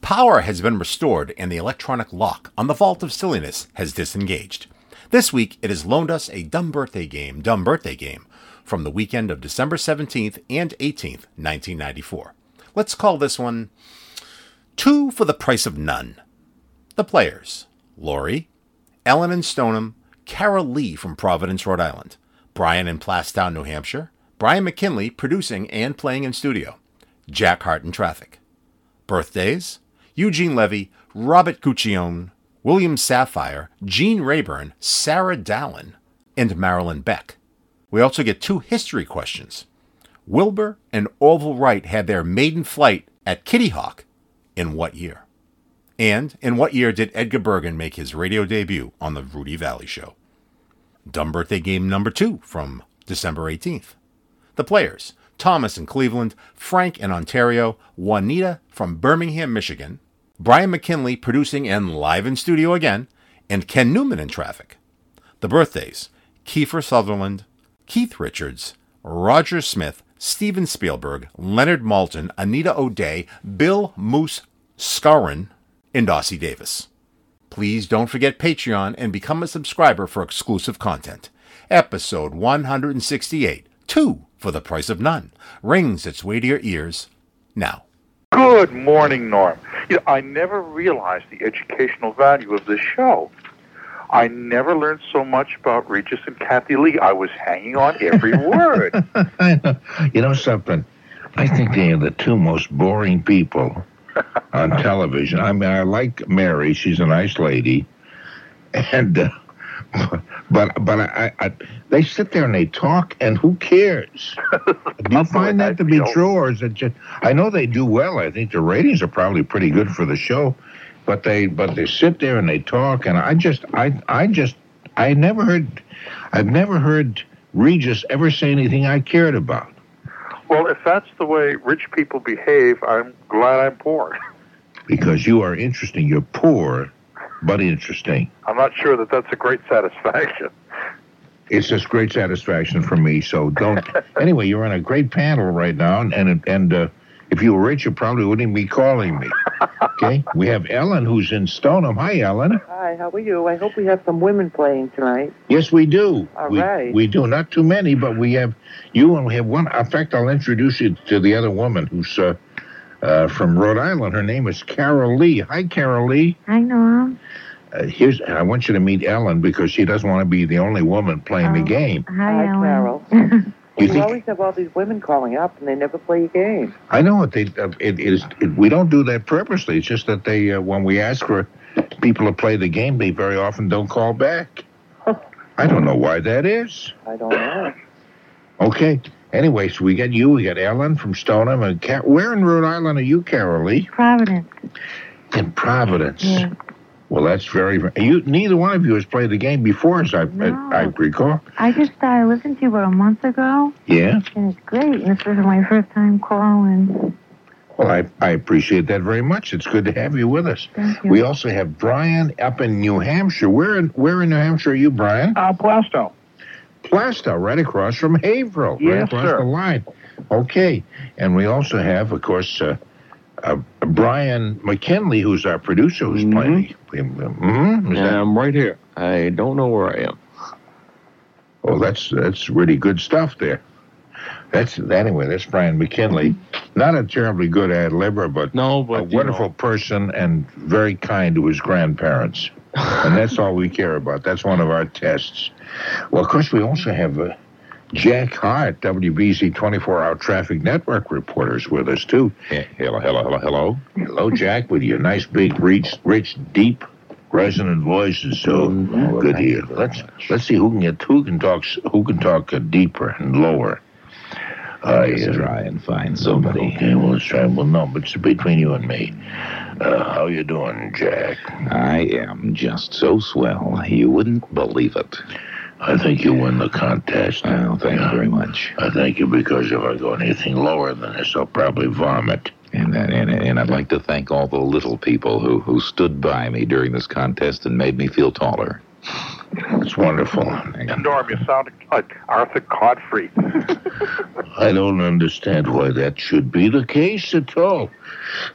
Power has been restored and the electronic lock on the Vault of Silliness has disengaged. This week, it has loaned us a Dumb Birthday Game, Dumb Birthday Game from the weekend of December 17th and 18th, 1994. Let's call this one Two for the Price of None. The players Laurie, Ellen and Stoneham, Carol Lee from Providence, Rhode Island, Brian in Plastown, New Hampshire, Brian McKinley producing and playing in studio, Jack Hart in traffic. Birthdays Eugene Levy, Robert Guccione, William Sapphire, Gene Rayburn, Sarah Dallin, and Marilyn Beck. We also get two history questions. Wilbur and Orville Wright had their maiden flight at Kitty Hawk in what year? And in what year did Edgar Bergen make his radio debut on the Rudy Valley Show? Dumb Birthday Game number two from December 18th. The players Thomas in Cleveland, Frank in Ontario, Juanita from Birmingham, Michigan, Brian McKinley producing and live in studio again, and Ken Newman in traffic. The birthdays Kiefer Sutherland, Keith Richards, Roger Smith, Steven Spielberg, Leonard Malton, Anita O'Day, Bill Moose Scarron, and Ossie Davis. Please don't forget Patreon and become a subscriber for exclusive content. Episode 168, two for the price of none, rings its way to your ears now. Good morning, Norm. You know, I never realized the educational value of this show. I never learned so much about Regis and Kathy Lee. I was hanging on every word. I know. You know something? I think they are the two most boring people on television. I mean, I like Mary; she's a nice lady, and uh, but but I, I they sit there and they talk, and who cares? Do you That's the way find I that to be feel. true, or is it just? I know they do well. I think the ratings are probably pretty good for the show, but they but they sit there and they talk, and I just I I just I never heard I've never heard Regis ever say anything I cared about. Well, if that's the way rich people behave, I'm glad I'm poor. because you are interesting. You're poor, but interesting. I'm not sure that that's a great satisfaction. It's just great satisfaction for me. So don't. anyway, you're on a great panel right now, and and, and uh, if you were rich, you probably wouldn't even be calling me. Okay, we have Ellen who's in Stoneham. Hi, Ellen. Hi, how are you? I hope we have some women playing tonight. Yes, we do. All we, right. we do not too many, but we have you and we have one. In fact, I'll introduce you to the other woman who's uh, uh, from Rhode Island. Her name is Carol Lee. Hi, Carol Lee. Hi, Norm. uh, here's I want you to meet Ellen because she doesn't want to be the only woman playing the Oh. game. Hi, Hi, Ellen. Carol. You You, think- always have all these women calling up and they never play a game. I know it. They, uh, it it is. It, we don't do that purposely. It's just that they uh, when we ask for people to play the game, they very often don't call back. I don't know why that is. I don't know. Okay. Anyway, so we got you. We got Ellen from Stoneham. And Ca- where in Rhode Island are you, Carol Lee? Providence. In Providence. Yeah. Well, that's very. You neither one of you has played the game before, as I No. I, I recall. I just started listening to you about a month ago, Yeah. and it's great. And this was my first time calling. Well, I, I appreciate that very much. It's good to have you with us. Thank you. We also have Brian up in New Hampshire. Where in where in New Hampshire are you, Brian? Uh, Plasto. Plastow, right across from Haverhill, right Yes, across sir. the line. Okay, and we also have, of course, uh, uh, Brian McKinley, who's our producer, who's Mhm. playing. Mm-hmm. Yeah, I'm right here. I don't know where I am. Oh, that's that's really good stuff there. That's anyway. That's Brian McKinley. Mm-hmm. Not a terribly good ad libber, but No, a but you wonderful person and very kind to his grandparents. and that's all we care about. That's one of our tests. Well, of course, we also have uh, Jack Hart, WBZ 24 Hour Traffic Network reporters, with us, too. Eh, Hello, hello, hello, hello. Hello, Jack, with your nice, big, rich, rich deep, resonant voice is so Mm, good thank here. Let's let's see who can get who can talk s- who can talk uh, deeper and lower. Uh, yeah. and find Okay, well, let's try. Well, no, but it's between you and me. Uh, how you doing, Jack? I am just so swell. You wouldn't believe it. I think you win the contest. Well, thank Yeah. you very much. I thank you because if I go anything lower than this, I'll probably vomit. And, and, and, and I'd like to thank all the little people who, who stood by me during this contest and made me feel taller. It's wonderful. Norm, you sound like Arthur Godfrey. I don't understand why that should be the case at all.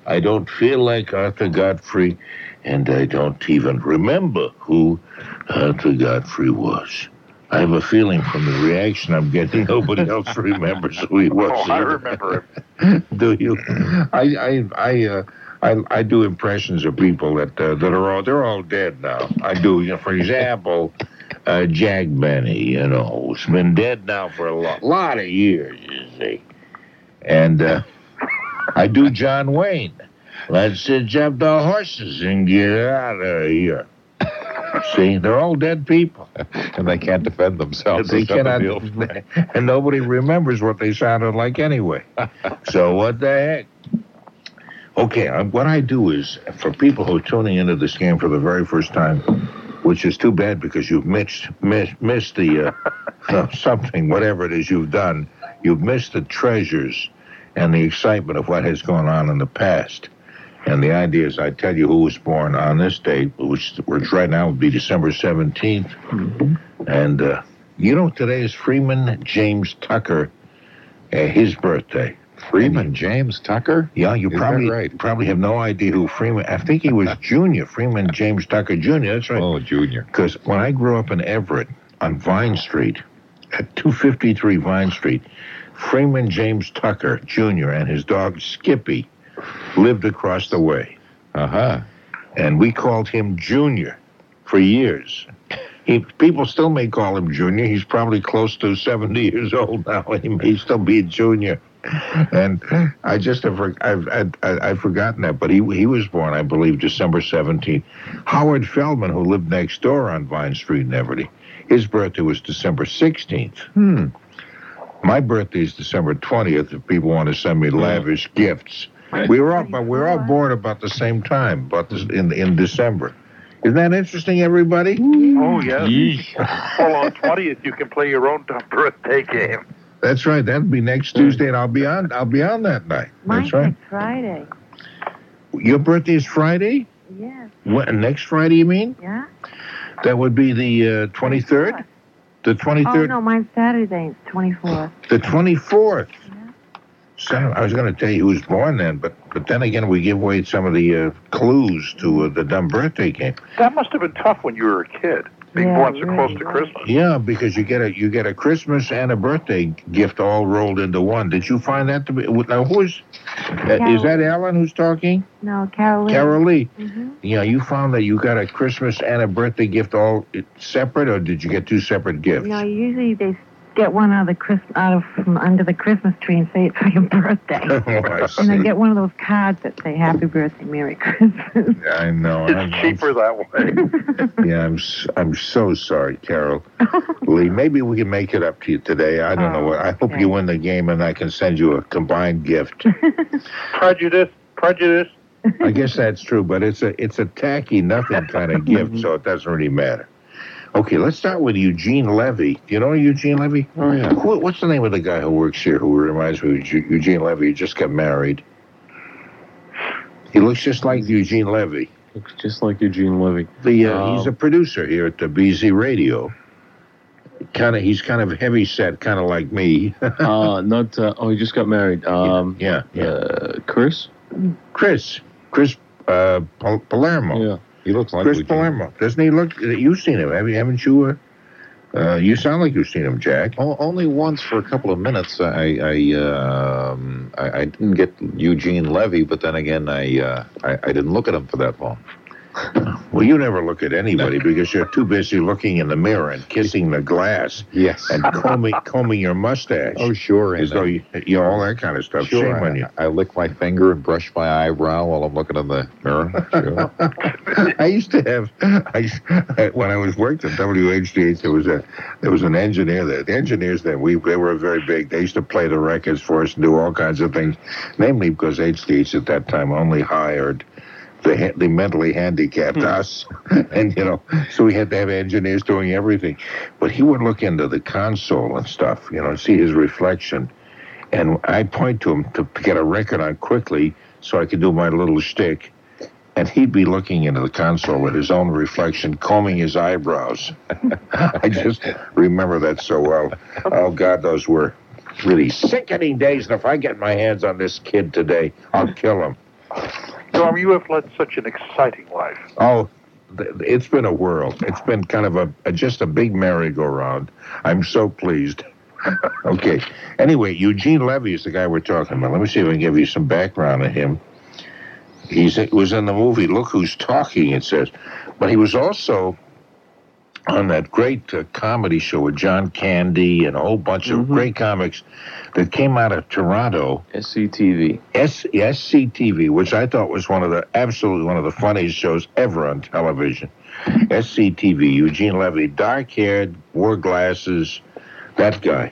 I don't feel like Arthur Godfrey, and I don't even remember who Arthur Godfrey was. I have a feeling from the reaction I'm getting, nobody else remembers who he was. oh, I either. remember him. do you? I I I. Uh, I, I do impressions of people that uh, that are all they're all dead now. I do, you know, for example, uh, Jack Benny, you know, who's been dead now for a lot, lot of years, you see, and uh, I do John Wayne. Let's hitch up the horses and get out of here. See, they're all dead people. and they can't defend themselves. They That's not the deal. cannot, and nobody remembers what they sounded like anyway. so what the heck? Okay, i what I do is for people who are tuning into this game for the very first time, which is too bad because you've missed miss, missed the uh, uh, something, whatever it is you've done, you've missed the treasures and the excitement of what has gone on in the past. And the idea is I tell you who was born on this date, which, which right now would be December 17th. Mm-hmm. And uh, you know, today is Freeman James Tucker, uh, his birthday. Freeman James Tucker. Yeah, you Is that probably right? probably have no idea who Freeman. I think he was Junior Freeman James Tucker Junior. That's right. Oh, Junior. Because when I grew up in Everett on Vine Street, at 253 Vine Street, Freeman James Tucker Junior and his dog Skippy lived across the way Uh huh. and we called him Junior for years. He, people still may call him Junior. He's probably close to 70 years old now. He may still be a junior. And I just have for- I've, I've, I've forgotten that, but he he was born, I believe, December 17th. Howard Feldman, who lived next door on Vine Street in Everty, his birthday was December 16th. Hmm. My birthday is December 20th. If people want to send me lavish gifts, we were all but we were all born about the same time, about this, in in December. Isn't that interesting, everybody? Oh, yes. Well, on 20th, you can play your own birthday game. That's right. That'll be next Hmm. Tuesday, and I'll be on. I'll be on that night. Mine's That's right. next Friday. Your birthday is Friday. Yes, What, next Friday, you mean? yeah. That would be the uh, 23rd. The Oh 23rd. no, mine's Saturday, twenty fourth. The 24th. Yeah. So I was going to tell you who was born then, but but then again, we give away some of the uh, clues to uh, the dumb birthday game. That must have been tough when you were a kid, being Yeah, born so really close to was. Christmas. Yeah, because you get a you get a Christmas and a birthday gift all rolled into one. Did you find that to be now? Who's uh, is that? Alan who's talking? No, Carolyn. Carol Lee. hmm Yeah, you found that you got a Christmas and a birthday gift all separate, or did you get two separate gifts? No, usually they get one out of the Christ- out of from under the Christmas tree and say it's for your birthday. Oh, I And I see. get one of those cards that say "Happy Birthday, Merry Christmas." I know. I'm- It's cheaper that way. Yeah, I'm s- I'm so sorry, Carol Lee. Maybe we can make it up to you today. I don't know what. I hope Oh, Okay. you win the game, and I can send you a combined gift. Prejudice, prejudice. I guess that's true, but it's a it's a tacky nothing kind of gift, so it doesn't really matter. Okay, let's start with Eugene Levy. Do you know Eugene Levy? Oh yeah. Who, what's the name of the guy who works here who reminds me of Eu- Eugene Levy? He just got married. He looks just like Eugene Levy. Looks just like Eugene Levy. The uh, he's Oh. a producer here at the BZ Radio. Kind of, he's kind of heavy set, kind of like me. Uh, not. Uh, oh, he just got married. Um, yeah, yeah. Uh, Chris. Chris, Chris uh, Pal- Palermo. Oh, Yeah. He looks like Chris Eugene. Palermo. Doesn't he look? You've seen him, have you? Haven't you? Uh, uh, you sound like you've seen him, Jack. O- only once for a couple of minutes. uh, I I, um, I I didn't get Eugene Levy, but then again, I, uh, I I didn't look at him for that long. Well, you never look at anybody because you're too busy looking in the mirror and kissing the glass Yes. and combing combing your mustache. oh sure. as and though I- you, you know, all that kind of stuff. sure. Shame on you. I, I lick my finger and brush my eyebrow while I'm looking in the mirror. Sure. I used to have, I, s- I- when I was worked at WHDH, there was a, there was an engineer there. The engineers then we they were very big. They used to play the records for us and do all kinds of things, namely because HDH at that time only hired the ha- the mentally handicapped us, and you know, so we had to have engineers doing everything. But he would look into the console and stuff, you know, and see his reflection. And I point to him to get a record on quickly so I could do my little shtick and he'd be looking into the console at his own reflection, combing his eyebrows. I just remember that so well. Oh, God, those were really sickening days. And if I get my hands on this kid today, I'll kill him. Norm, you have led such an exciting life. Oh, th- it's been a whirl. It's been kind of a, a just a big merry-go-round. I'm so pleased. okay. Anyway, Eugene Levy is the guy we're talking about. Let me see if I can give you some background on him. He's it was in the movie Look Who's Talking. It says, but he was also on that great uh, comedy show with John Candy and a whole bunch of Mhm. great comics that came out of Toronto. SCTV. S- SCTV, which I thought was one of the absolutely one of the funniest shows ever on television. SCTV, Eugene Levy, dark haired, wore glasses, that guy.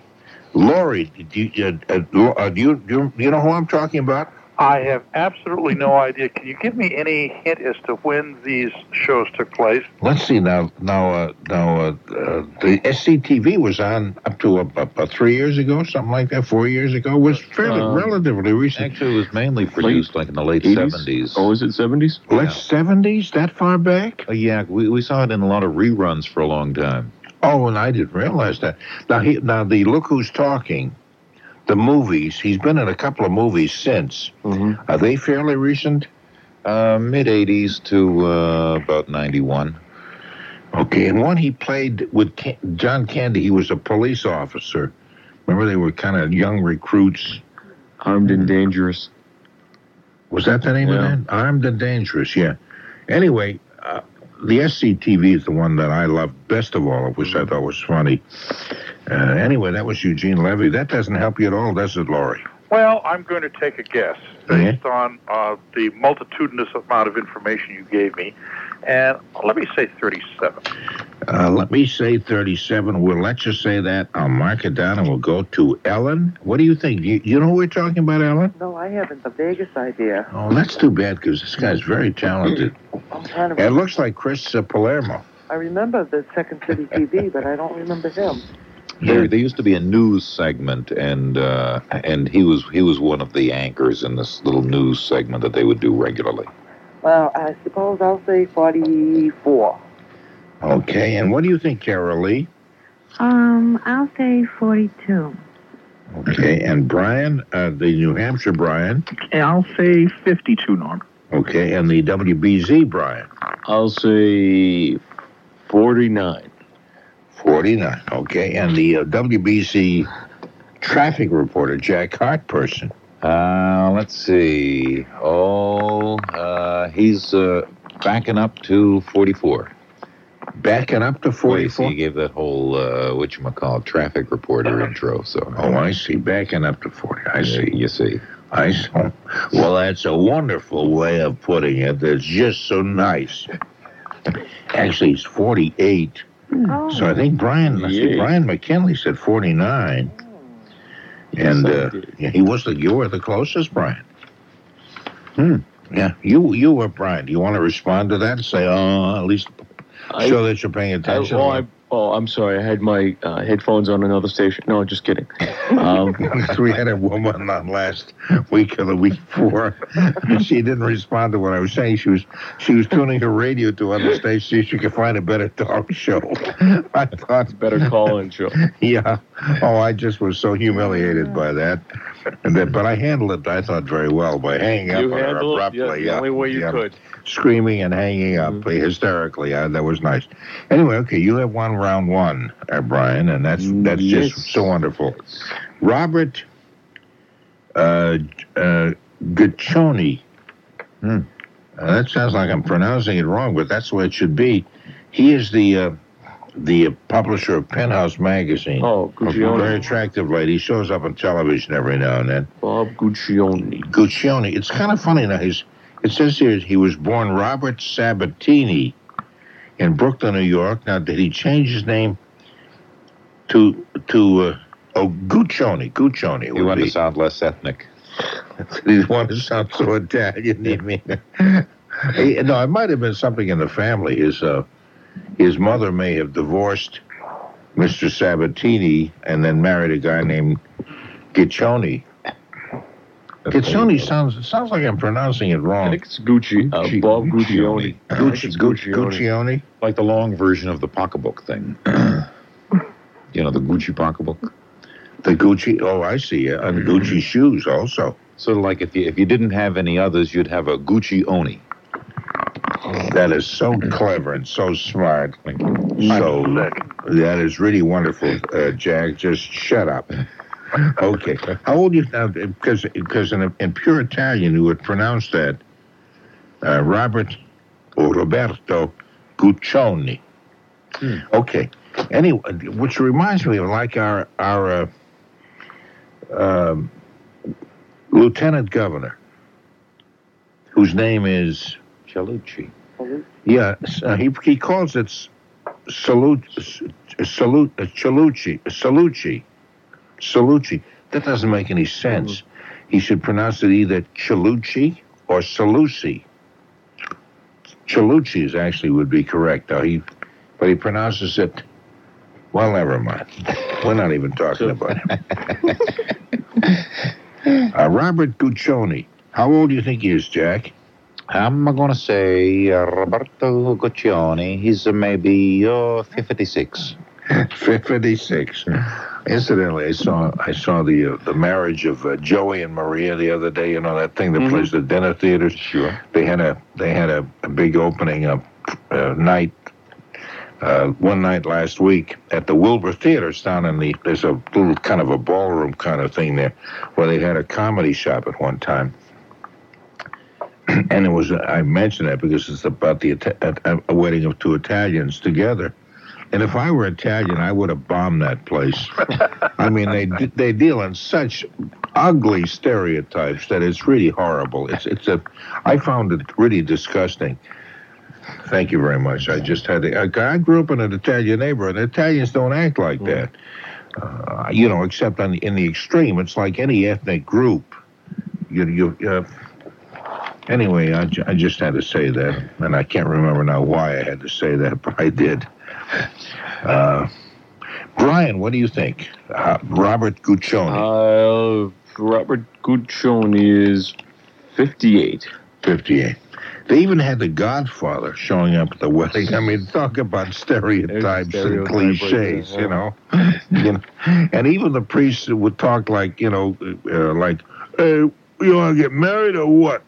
Lori, do you, uh, uh, Lo- uh, do you, do you, do you know who I'm talking about? I have absolutely no idea. Can you give me any hint as to when these shows took place? Let's see now. Now, uh, now, uh, uh, the SCTV was on up to about, about three years ago, something like that, four years ago. It was fairly Um, relatively recent. Actually, it was mainly produced like in the late 80s? 70s. Oh, is it 70s? Late seventies, that far back? Uh, yeah, we, we saw it in a lot of reruns for a long time. Oh, and I didn't realize that. Now, he, now the look who's talking, the movies. He's been in a couple of movies since. Mm-hmm. Are they fairly recent? Uh, Mid 80s to uh, about 91. Okay, and one he played with Can- John Candy. He was a police officer. Remember, they were kind of young recruits. Armed and Dangerous. Was that the name Yeah. of it? Armed and Dangerous. Yeah. Anyway, uh, the SCTV is the one that I loved best of all, which I thought was funny. Uh, anyway, that was Eugene Levy. That doesn't help you at all, does it, Laurie? Well, I'm going to take a guess based on uh, the multitudinous amount of information you gave me. And let me say 37. Uh, let me say 37. We'll let you say that. I'll mark it down and we'll go to Ellen. What do you think? You, you know who we're talking about, Ellen? No, I haven't the vaguest idea. Oh, that's too bad because this guy's very talented. I'm kind of. It looks like Chris uh, Palermo. I remember the Second City TV, but I don't remember him. There, there used to be a news segment, and uh, and he was he was one of the anchors in this little news segment that they would do regularly. Well, I suppose I'll say 44. Okay, and what do you think, Carol Lee? Um, I'll say 42. Okay, and Brian, uh, the New Hampshire Brian. And I'll say 52, Norm. Okay, and the WBZ Brian. I'll say 49. 49. Okay, and the uh, WBC traffic reporter, Jack Hart person. Uh, let's see. Oh, uh, he's uh, backing up to 44. Backing up to Wait, so 44. you gave that whole uh, whatchamacallit traffic reporter intro. So Oh, I see. Backing up to 40. I see. You see. I see. Well, that's a wonderful way of putting it. That's just so nice. Actually, he's 48. Oh, Hmm. So I think Brian I think Yeah. Brian McKinley said 49. And Yes, I uh, did. yeah, he was the you were the closest, Brian. Hmm. Yeah, you you were Brian. Do you want to respond to that and say, oh, at least I- show that you're paying I, attention? oh, I, oh, I'm sorry. I had my uh, headphones on another station. No, just kidding. Um, we had a woman on last week or the week before. she didn't respond to what I was saying. She was she was tuning her radio to other stations see if she could find a better talk show. I thought, better call in, Joe. yeah. Oh, I just was so humiliated by that. And then, but I handled it, I thought, very well by hanging up You on her handled it abruptly. yeah, the only way you yeah, could. Mm-hmm. Screaming and hanging up hysterically. Uh, that was nice. Anyway, okay, you have one round one, uh, Brian, and that's that's Mm, Yes. just so wonderful. Robert uh, uh, Guccione. Hmm. Uh, that sounds like I'm pronouncing it wrong, but that's the way it should be. He is the uh, the publisher of Penthouse magazine. Oh, a very Guccione. attractive lady. Shows up on television every now and then. Bob Guccione. Oh. Guccione. It's kind of funny now. His it says here he was born Robert Sabatini in Brooklyn, New York. Now did he change his name to to uh, oh Guccione? Guccione. You would want be. to sound less ethnic. He wanted to sound so Italian. You mean? He- no, it might have been something in the family. His uh, his mother may have divorced Mr. Sabatini and then married a guy named Giccione. Kitsune sounds it sounds like I'm pronouncing it I wrong. think it's Gucci, uh, Bob Guccione. I think Gucci, it's Gucci, Guccione. Guccione. Like the long version of the pocketbook thing. you know, the Gucci pocketbook. The Gucci. Oh, I see. uh, And Gucci shoes also. Sort of like if you if you didn't have any others, you'd have a Gucci Oni. That is so clever and so smart. So that is really wonderful, uh, Jack. Just shut up. Okay. How old you uh, now? Because because in, in pure Italian, you would pronounce that uh, Robert or Roberto Guccione. Okay. Anyway, which reminds me of like our our uh, um lieutenant governor, whose name is. Cellucci. Yeah, s- uh, he he calls it s- salute s- salute uh, Chalucci Salucci Salucci. That doesn't make any sense. He should pronounce it either Chalucci or Salucci. Chalucci is actually would be correct though. He but he pronounces it. Well, never mind. We're not even talking about him. uh, Robert Guccione. How old do you think he is, Jack? I'm going to say uh, Roberto Guccione. He's uh, maybe uh, 56. 56. Incidentally, I saw I saw the uh, the marriage of uh, Joey and Maria the other day. You know that thing that plays the dinner theaters. Sure. They had a they had a, a big opening up uh, night. Uh, one night last week at the Wilbur Theater, it's down in the there's a little kind of a ballroom kind of thing there, where they had a comedy shop at one time. and it was I mentioned that because it's about the Ita- uh, a, a wedding of two Italians together. And if I were Italian, I would have bombed that place. I mean, they d- they deal in such ugly stereotypes that it's really horrible. It's it's a, I found it really disgusting. Thank you very much. I just had to, I, I grew up in an Italian neighborhood. and Italians don't act like that, uh, you know, except on, in the extreme. It's like any ethnic group. You you. Uh, Anyway, I, ju- I just had to say that, and I can't remember now why I had to say that, but I did. Uh, Brian, what do you think? Uh, Robert Guccione, Uh, Robert Guccione is 58. 58. They even had the Godfather showing up at the wedding. I mean, talk about stereotypes and stereotype cliches, right there, you know. you know. And even the priest would talk like, you know, uh, like, hey, you want to get married or what?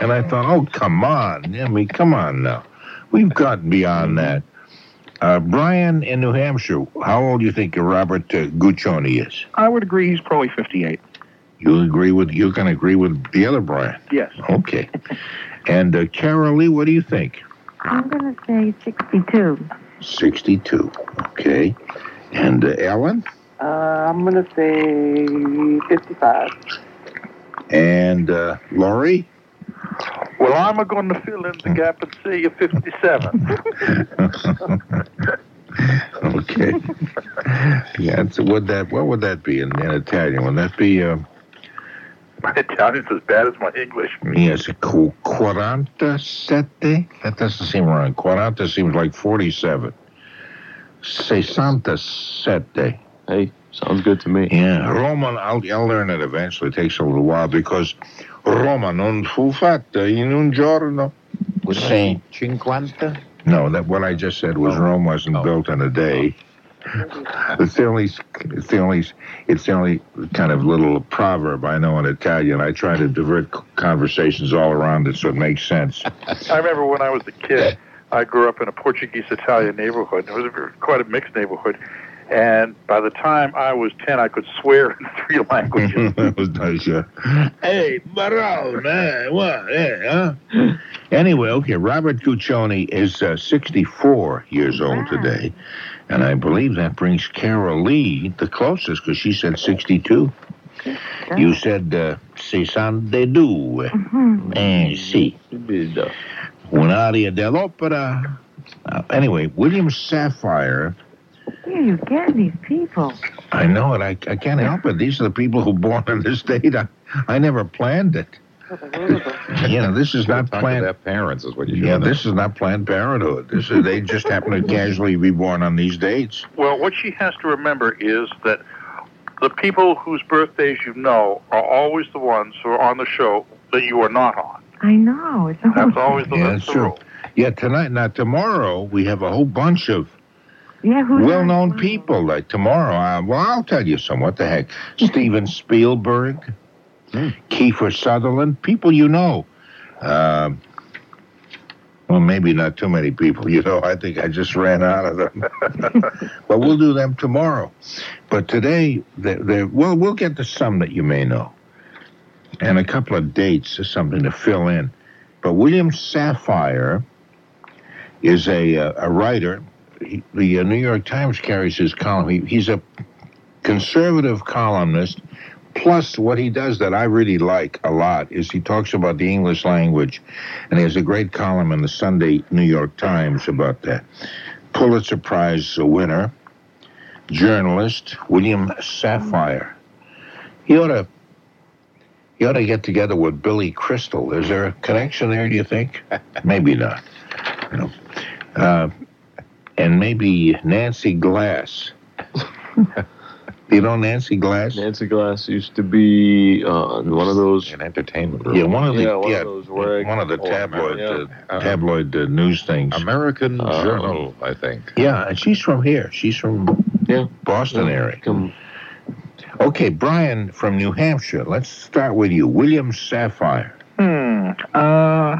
And I thought, oh, come on. I mean, come on now. We've gotten Mm-hmm. beyond that. Uh, Brian in New Hampshire, how old do you think Robert uh, Guccione is? I would agree he's probably 58. You agree with you can agree with the other Brian. Yes. Okay. And uh, Carol Lee, what do you think? I'm going to say 62. 62. Okay. And uh, Ellen Uh, I'm going to say 55. and uh, Laurie. Well, I'm going to fill in the gap and say you're 57. Okay. yeah. So would that what would that be in, in Italian? Would that be uh, My Italian's as bad as my English. yes, qu- quarantasette? That doesn't seem right. Quaranta seems like forty-seven. Sessantasette. Hey, sounds good to me. Yeah, Roman, I'll, I'll learn it eventually. It takes a little while because Roma non fu fatta in un giorno. Was Same. Cinquanta? No, that what I just said was Rome wasn't built in a day. Uh, It's the only, it's the only, it's the only kind of little proverb I know in Italian. I try to divert c- conversations all around it so it makes sense. I remember when I was a kid, I grew up in a Portuguese Italian neighborhood. It was a- quite a mixed neighborhood. And by the time I was 10, I could swear in three languages. that was nice, yeah. Hey, Barone, eh, what, eh, huh? Anyway, okay, Robert Guccione is uh, 64 years old today, and I believe that brings Carol Lee the closest because she said 62. You said uh, 62, Mhm. eh, si. Did, uh, Un'aria dell'opera. Uh, anyway, William Sapphire Where you get these people? I know it. I, I can't help it. These are the people who born in this state. I, I never planned it. You know, this is not Talk to planned. their parents is what you Yeah, should this is not Planned Parenthood. This is they just happen to casually be born on these dates. well, what she has to remember is that the people whose birthdays you know are always the ones who are on the show that you are not on. I know. It's That's always the, Yeah, that's that's the true. rule. Yeah, tonight, now tomorrow, we have a whole bunch of yeah, who's well known on? people. Like tomorrow, uh, well, I'll tell you some. What the heck? Steven Spielberg, Kiefer Sutherland, people you know. Um well, maybe not too many people, you know. I think I just ran out of them. but we'll do them tomorrow. But today, they're, they're, well, we'll get to some that you may know. And a couple of dates or something to fill in. But William Sapphire is a, uh, a writer he- the uh, New York Times carries his column. He, he's a conservative columnist. Plus, what he does that I really like a lot is he talks about the English language, and he has a great column in the Sunday New York Times about that. Pulitzer Prize winner, journalist William Safire. He ought to. He ought to get together with Billy Crystal. Is there a connection there? Do you think? Maybe not. You know. Uh, and maybe Nancy Glass. you know Nancy Glass? Nancy Glass used to be uh, on one of those. An entertainment Yeah, room. one of the Yeah, one yeah, of those where one of the oh, tabloid yeah. uh, tabloid uh, news things. American Uh, Um, Journal, I think. yeah, and she's from here. She's from Yeah. Boston area. Come- Okay, Brian from New Hampshire. Let's start with you, William Sapphire. Hmm. Uh,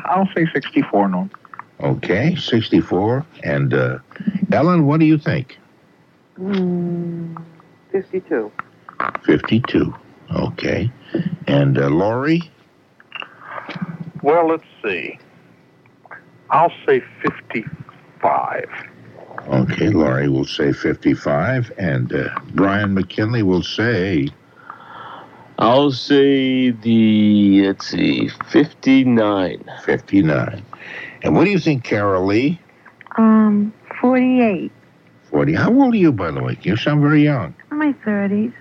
I'll say 64, Norm. Okay, sixty-four. And uh, Ellen, what do you think? Hmm, 52. Fifty-two. Okay. And uh, Laurie. Well, let's see. I'll say 55. Okay, Laurie will say fifty-five, and uh, Brian McKinley will say I'll say the let's see, fifty-nine. 59. And what do you think, Carol Lee? Um, 48. 40. How old are you, by the way? You sound very young. In my 30s.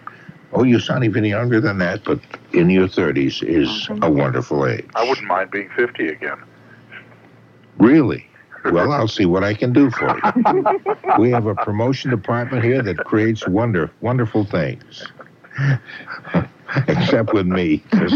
Oh, you sound even younger than that, but in your 30s is a wonderful age. I wouldn't mind being 50 again. Really? Well, I'll see what I can do for you. we have a promotion department here that creates wonder, wonderful things. Except with me, 'cause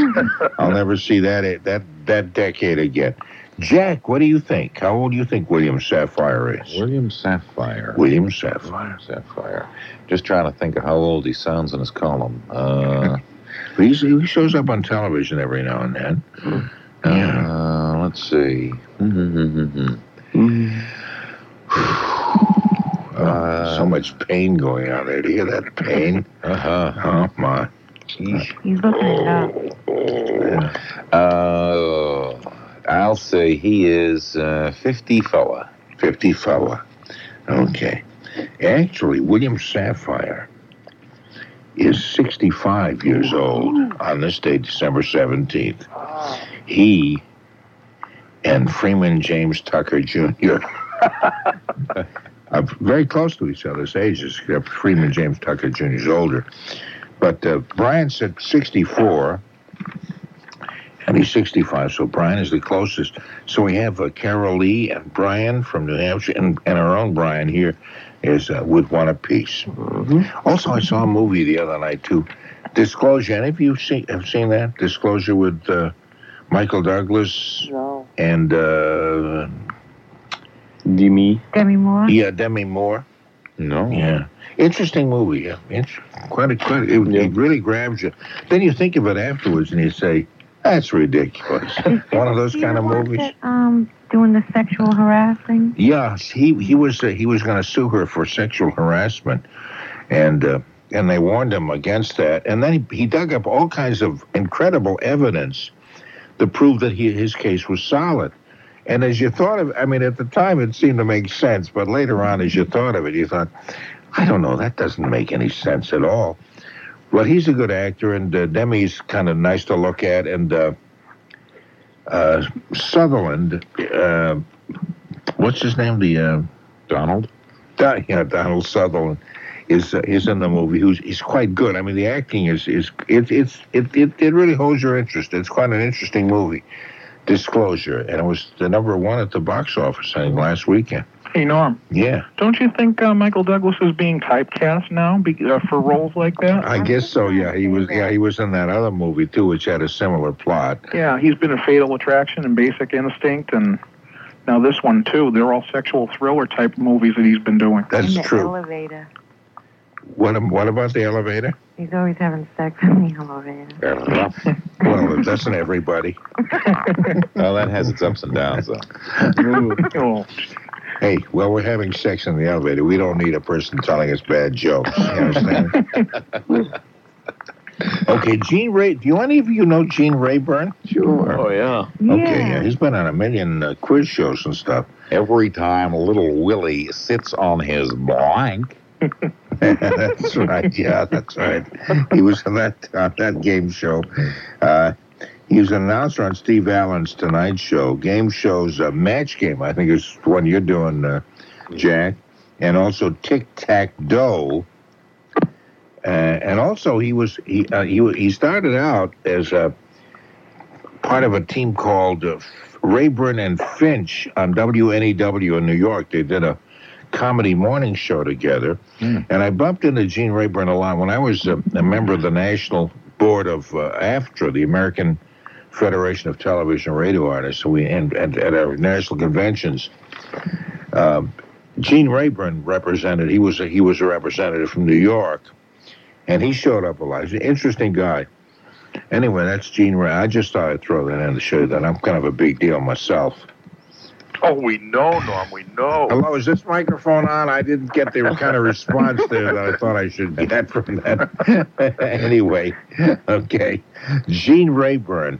I'll never see that that that decade again. Jack, what do you think? How old do you think William Sapphire is? William Sapphire. William Sapphire. Sapphire. Just trying to think of how old he sounds in his column. Uh, He's, he shows up on television every now and then. uh, let's see. Mm-hmm. Uh, so much pain going on there. Do you hear that pain? Uh-huh. Oh, my. He's looking it up. Uh, I'll say he is uh, 50 fella. 50 fella. Okay. Actually, William Sapphire is 65 years old on this day, December 17th. Ah, He and Freeman James Tucker Jr. are very close to each other's ages, except Freeman James Tucker Jr. is older. But uh, Brian's at 64, and he's 65, so Brian is the closest. So we have uh, Carol Lee and Brian from New Hampshire, and, and our own Brian here is uh, with one apiece. Also, I saw a movie the other night too, Disclosure. Any of you seen have seen that Disclosure with uh, Michael Douglas No. and uh, Demi. Demi Moore? yeah Demi Moore? No. Yeah, interesting movie. Yeah, it's quite a quite. It, Yeah. it really grabs you. Then you think of it afterwards, and you say, "That's ridiculous." one of those He kind of was movies. That, um, doing the sexual harassing. Yeah, he he was uh, he was going to sue her for sexual harassment, and uh, and they warned him against that. And then he, he dug up all kinds of incredible evidence to prove that he, his case was solid. And as you thought of, I mean, at the time it seemed to make sense, but later on, as you thought of it, you thought, I don't know, that doesn't make any sense at all. But he's a good actor, and uh, Demi's kind of nice to look at, and uh, uh, Sutherland. Uh, what's his name? The uh, Donald? Don, Uh, yeah, Donald Sutherland is uh, is in the movie. Who's he's quite good. I mean, the acting is is it it's it, it it really holds your interest. It's quite an interesting movie, Disclosure, and it was the number one at the box office I think last weekend. Hey, Norm, Yeah, don't you think uh, Michael Douglas is being typecast now be, uh, for roles like that? I guess so. Yeah, he was. Yeah, he was in that other movie too, which had a similar plot. Yeah, he's been in Fatal Attraction and Basic Instinct, and now this one too. They're all sexual thriller type movies that he's been doing. That's in the true. elevator. What? am- What about the elevator? He's always having sex in the elevator. well, that's not everybody. Well, that has its ups and downs, though. Oh, Hey, well, we're having sex in the elevator. We don't need a person telling us bad jokes. You understand? okay, Gene Ray. Do you any of you know Gene Rayburn? Sure. Oh yeah. Okay, yeah, he's been on a million uh, quiz shows and stuff. Every time little Willie sits on his blank, that's right. Yeah, that's right. He was on that on that game show. Uh, he was an announcer on Steve Allen's Tonight Show. Game shows, uh, match game. I think is the one you're doing, uh, Jack, and also Tic Tac Doe. Uh, and also, he was he uh, he wa- he started out as a part of a team called uh, Rayburn and Finch on WNEW in New York. They did a comedy morning show together. And I bumped into Gene Rayburn a lot when I was a, a member of the National Board of uh, AFTRA, the American Federation of Television and Radio Artists. We and, and at our national conventions, um, Gene Rayburn represented. He was a, he was a representative from New York, and he showed up a lot. He's an interesting guy. Anyway, that's Gene Ray. I just thought I'd throw that in to show you that I'm kind of a big deal myself. Oh, we know, Norm. We know. Hello, is this microphone on? I didn't get the kind of response there that I thought I should get from that. anyway, okay. Gene Rayburn.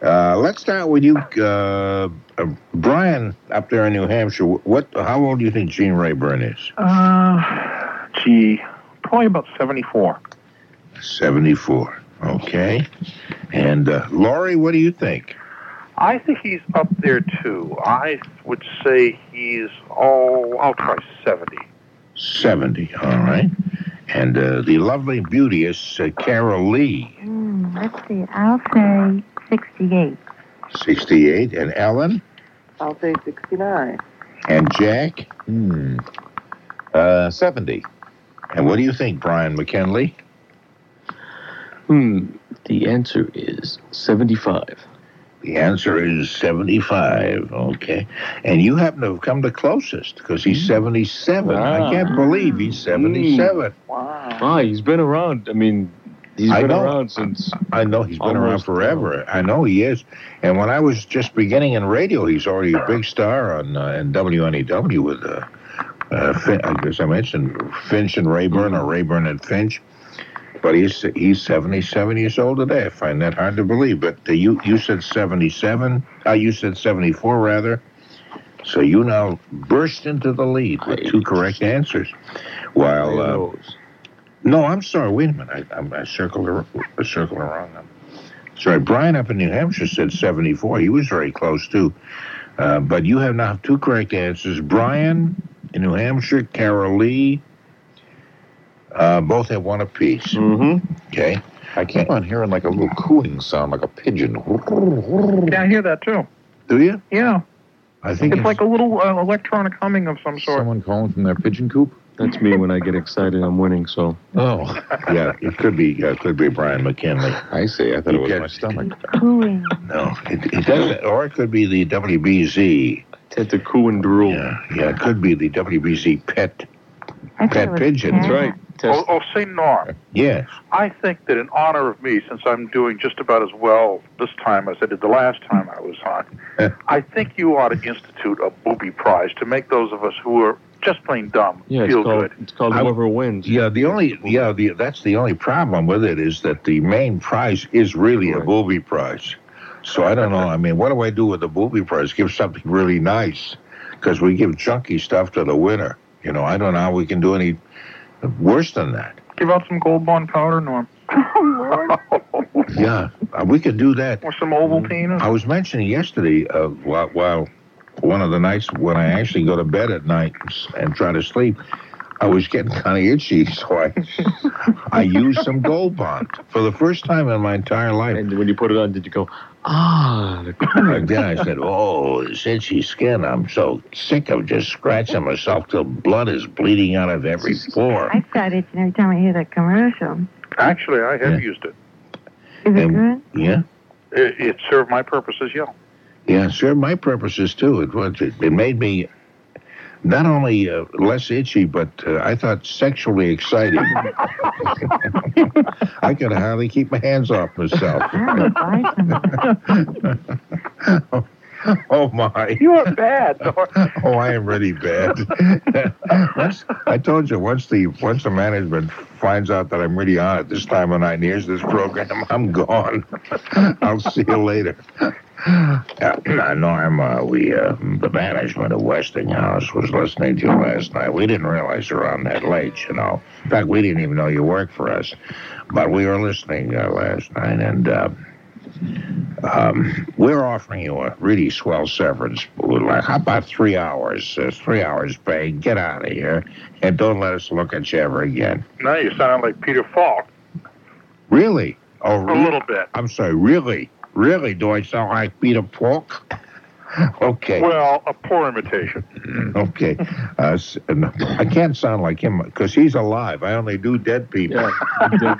Uh, let's start with you, uh, uh, Brian, up there in New Hampshire. What? How old do you think Gene Rayburn is? uh, gee, probably about seventy-four. Seventy-four. Okay. And uh, Laurie, what do you think? I think he's up there too. I would say he's oh, I'll try seventy. Seventy. All right. And uh, the lovely, beauteous uh, Carol Lee, Hmm, let's see. I'll say 68. sixty-eight, and Ellen I'll say 69. and Jack. hmm, uh, 70. And what do you think, Brian McKinley? Hmm. The answer is seventy-five. The answer is 75. Okay. And you happen to have come the closest because he's 77. I Wow. can't believe he's 77. Wow. Ah, he's been around. I mean, he's I been know. around since. I know he's been around Almost. forever. I know he is. And when I was just beginning in radio, he's already a big star on uh, in WNEW with, uh, uh, fin- as I mentioned, Finch and Rayburn or Rayburn and Finch. But he's he's 77 years old today. I find that hard to believe. But uh, you you said 77. Uh, you said 74 rather. So you now burst into the lead with two correct answers, while. Uh, no, I'm sorry. Wait a minute. I, I, I circled ar- I circled around them. Sorry, Brian up in New Hampshire said 74. He was very close too. Uh, but you have now two correct answers. Brian in New Hampshire, Carol Lee, uh, both have one apiece. Mm-hmm. Okay. I keep on hearing like a little cooing sound, like a pigeon. Yeah, I hear that too. Do you? Yeah, I think it's like a little uh, electronic humming of some sort. Someone calling from their pigeon coop? That's me when I get excited. I'm winning. So Oh, yeah. It could be. Yeah, it could be Brian McKinley. I see. I thought it was You my get- stomach. Cooing. No, it, it doesn't. Or it could be the WBZ. Ted the coo and drool. Yeah, yeah. It could be the WBZ pet. I think Pet it was pigeon. cat. That's right. Test. Oh, oh, say Norm. Yes. I think that in honor of me, since I'm doing just about as well this time as I did the last time I was on, I think you ought to institute a booby prize to make those of us who are just plain dumb Yeah, it's feel called, good. it's called I- whoever wins. Yeah, the only yeah the that's the only problem with it is that the main prize is really a Right. booby prize. So I don't know. I mean, what do I do with the booby prize? Give something really nice because we give junky stuff to the winner. You know, I don't know how we can do any worse than that. Give out some gold bond powder, um, Norm, Yeah, uh, we could do that. or some Ovaltine. I was mentioning yesterday, uh, while, while one of the nights when I actually go to bed at night and try to sleep, I was getting kind of itchy, so I I used some gold bond for the first time in my entire life. And when you put it on, did you go, ah, the crack? And then I said, "Oh, this itchy skin! I'm so sick of just scratching myself till blood is bleeding out of every pore." I start itching every time I hear that commercial. Actually, I have Yeah. used it. Is it And- good? Yeah, it. It served my purposes, yeah. yeah, it served my purposes too. It was it, it made me not only uh, less itchy, but uh, I thought sexually exciting. I could hardly keep my hands off myself. I would buy some. of it. Oh my. You are bad, Nor. Oh, I am really bad. Once- I told you once the once the management finds out that I'm really on at this time of night and hears this program, I'm gone. I'll see you later. Uh, Norm, uh, we uh, the management of Westinghouse was listening to you last night. We didn't realize you were on that late, you know. In fact, we didn't even know you worked for us, but we were listening uh, last night, and uh, um, we're offering you a really swell severance. Like, how about three hours? Uh, three hours pay. Get out of here, and don't let us look at you ever again. Now you sound like Peter Falk Really? Oh, a really? little bit. I'm sorry. Really? Really? Do I sound like Peter Pork? okay. Well, a poor imitation. Okay. Uh, s- no, I can't sound like him because he's alive. I only do dead people. Yeah.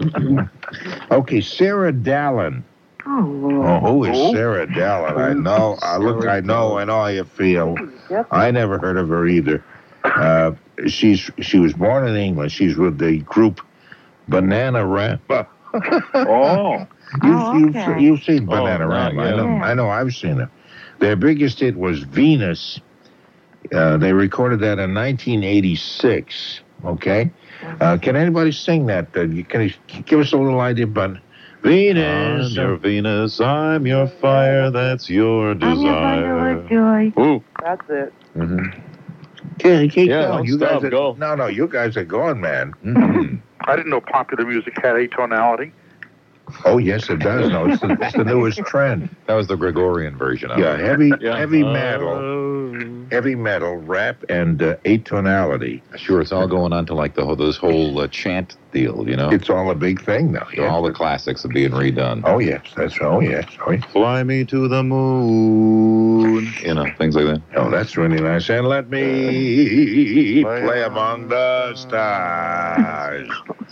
you did. Okay, Sarah Dallin. Oh, Lord. Oh, who is Who? Sarah Dallin? I know. I look, I know, I know how you feel. Yep. I never heard of her either. Uh, she's she was born in England. She's with the group Banana Rama. Oh. Oh, You've, okay. you've, you've seen Oh, Banana Rama. yeah. I, know, I know. I've seen it. Their biggest hit was Venus. Uh, they recorded that in 1986. Okay. Mm-hmm. Uh, can anybody sing that? Uh, you- can you give us a little idea about I'm Venus? your Venus, I'm your fire, that's your I'm your bundle desire. of joy. Ooh, That's it. Yeah, keep Yeah, going. don't You stop, guys are, go. No, no, you guys are gone, man. Mhm. I didn't know popular music had atonality. Oh yes, it does. No, it's the, it's the newest trend. That was the Gregorian version of Yeah, it. heavy, yeah. heavy metal, Oh. heavy metal, rap, and uh, atonality. Sure, it's all going on to like the whole, this whole uh, chant deal, you know? It's all a big thing now. You know, Yeah. Oh. All the classics are being redone. Oh yes, that's oh yes, oh yes. Fly me to the moon. You know, things like that. Oh, that's really nice. And let me play among the stars.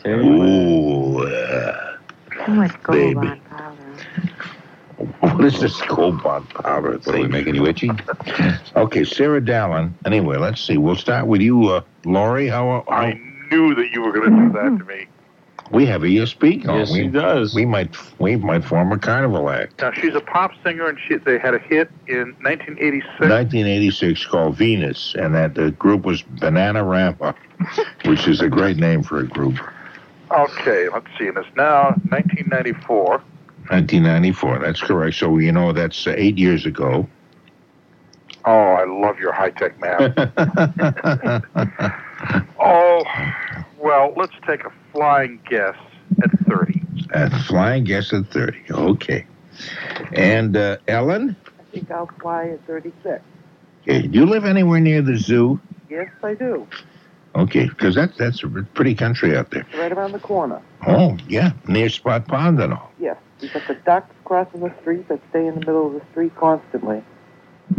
Ooh, uh, Too much Baby. gold on powder. what is this cobalt powder What are we thing? making you itchy? Okay, Sarah Dallin. Anyway, let's see. We'll start with you, uh, Laurie. How, how I knew that you were going to do that to me. we have E a speak on? Yes, Oh, we, he does. We might we might form a carnival act. Now she's a pop singer, and she they had a hit in 1986. 1986 called Venus, and that the group was Banana Rampa, which is a great name for a group. Okay, let's see. And it's now 1994. 1994, that's correct. So you know that's uh, eight years ago. Oh, I love your high tech math. at oh, well, let's take a flying guess at 30. flying guess at 30. Okay. And uh, Ellen, I think I'll fly at 36. okay, do you live anywhere near the zoo? Yes, I do. Okay, because that, that's a pretty country out there. Right around the corner. Oh, yeah, near Spot Pond and all. Yes. We've got the ducks crossing the street that stay in the middle of the street constantly.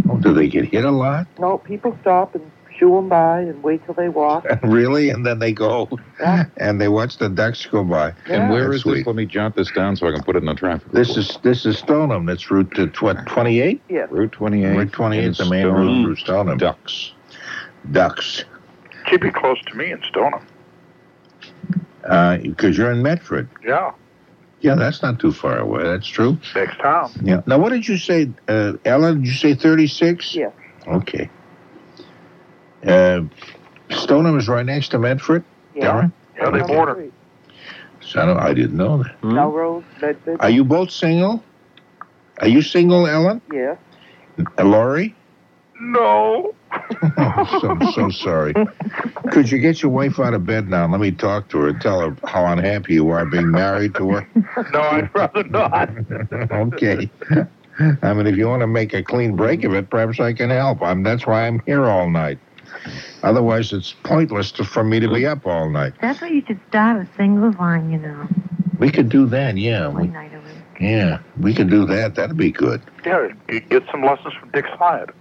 Oh, do they get hit a lot? No, people stop and shoo them by and wait till they walk. really? And then they go Yeah. and they watch the ducks go by. And where That's is sweet. this? Let me jot this down so I can put it in the traffic. This report. is this is Stoneham. That's Route to tw- 28. Yes. Route 28. Route 28 is the main Stone route through Stoneham. Ducks. Ducks. She'd be close to me in Stoneham. Because Uh, you're in Medford. Yeah, Yeah, that's not too far away. That's true. next town. Yeah. Now, what did you say, uh, Ellen? Did you say 36? Yeah. Okay. Uh, Stoneham is right next to Medford, Yeah. Darren? Yeah, they border. So I, don't- I didn't know that. Hmm? Melrose, Medford. Are you both single? Are you single, Ellen? Yes. Uh, Laurie? No. Oh, so, I'm so sorry. Could you get your wife out of bed now? Let me talk to her and tell her how unhappy you are being married to her. No, I'd rather not. okay. I mean, if you want to make a clean break of it, perhaps I can help. I'm, that's why I'm here all night. Otherwise, it's pointless to, for me to be up all night. That's why you should start a singles line, you know. We could do that, yeah. One We, night a week. yeah, we could do that. That'd be good. Yeah, you get some lessons from Dick Slide.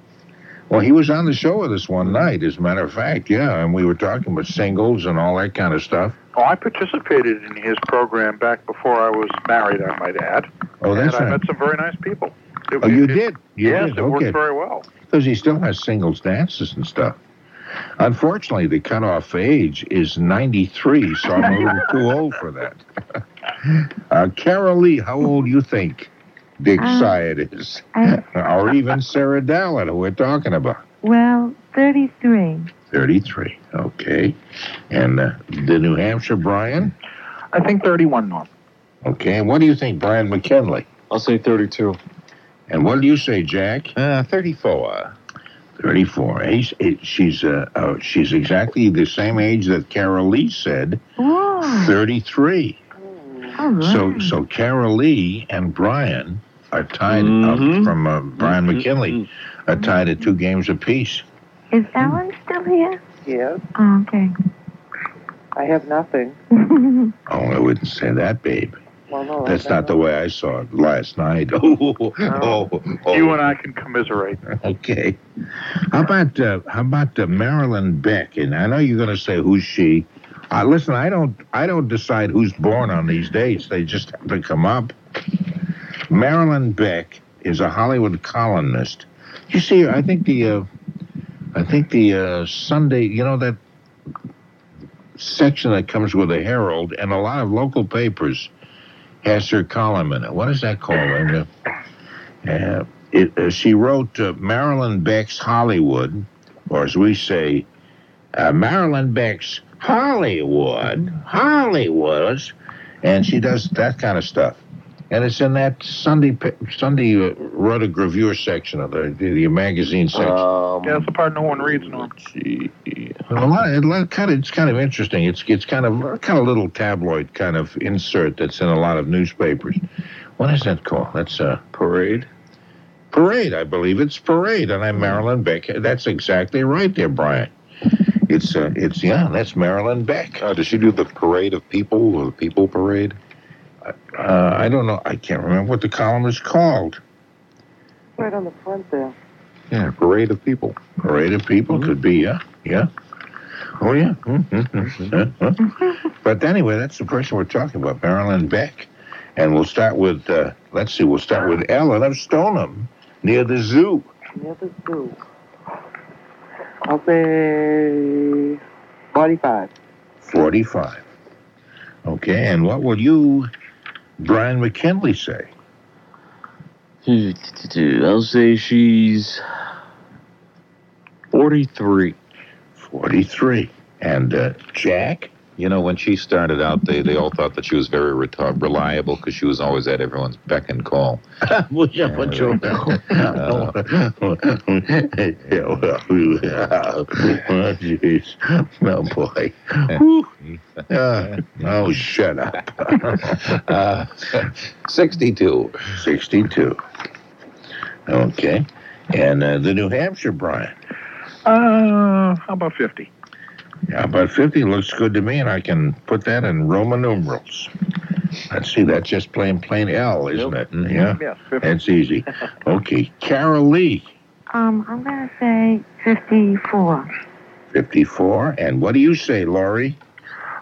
Well, he was on the show with us one night, as a matter of fact, yeah, and we were talking about singles and all that kind of stuff. Oh, I participated in his program back before I was married, I might add. Oh, that's and I right. met some very nice people. It- Oh, you it- did? You yes, did. it worked Okay. very well. Because he still has singles dances and stuff. Unfortunately, the cutoff age is 93, so I'm a little too old for that. Uh, Carol Lee, how old you think Dick Uh, Syed is? I, or even Sarah Dallin, who we're talking about. well, 33. 33. Okay. And uh, the New Hampshire Brian? I think 31, Norm. Okay. What do you think, Brian McKinley? I'll say 32. And what do you say, Jack? Uh, 34. 34. He's, it, she's, uh, uh, she's exactly the same age that Carol Lee said, Whoa. 33. Hmm. All right. So, so Carol Lee and Brian are tied Mhm. up from uh, Brian Mhm, McKinley are tied at two games apiece. Is Ellen still here? Yes, Oh, okay. Um, I have nothing. Oh, I wouldn't say that, babe. Well, no, That's not the way I saw it last night. Oh, oh, oh, oh. You and I can commiserate. Okay. How about uh, how about uh, Marilyn Beck? And I know you're going to say who's she. Uh, listen, I don't I don't decide who's born on these dates. They just have to come up. Marilyn Beck is a Hollywood columnist. You see, I think the uh, I think the uh, Sunday, you know that section that comes with the Herald and a lot of local papers has her column in it. What is that called? Linda? Uh, it, uh, she wrote uh, Marilyn Beck's Hollywood, or as we say, uh, Marilyn Beck's Hollywood, Hollywoods, and she does that kind of stuff. And it's in that Sunday pa- Sunday uh, Rudder Gravure section of the the, the magazine section. Um, Yeah, that's the part no one reads, Norm. gee. Well, a lot, a lot- kind of, it's kind of interesting. It's it's kind of kind of little tabloid kind of insert that's in a lot of newspapers. What is that called? That's uh, Parade. Parade, I believe it's Parade, and I'm Marilyn Beck. That's exactly right, there, Brian. It's uh, it's yeah, that's Marilyn Beck. Uh, does she do the parade of people or the people parade? Uh, I don't know, I can't remember what the column is called. Right on the front there. Yeah, parade of people. Mm-hmm. Parade of people could be yeah, yeah. Oh yeah. Mm-hmm. but anyway, that's the person we're talking about, Marilyn Beck, and we'll start with uh, let's see, we'll start with Ellen of Stoneham near the zoo. Near the zoo. I'll say 45. 45. Okay, and what will you, Brian McKinley, say? I'll say she's 43. 43. And uh, Jack? You know, when she started out, they, they all thought that she was very reti- reliable because she was always at everyone's beck and call. well, yeah, but you Uh, oh, jeez. Oh, boy. Whew. Uh, oh, shut up. Uh, 62. 62. Okay. And uh, the New Hampshire Brian? Uh, how about 50? Yeah, about 50 looks good to me, and I can put that in Roman numerals. Let's see, that's just plain, plain L, isn't it? Mm, Mhm. Yeah, Yes, 50. that's easy. Okay, Carol Lee, um, I'm going to say 54. 54. And what do you say, Laurie?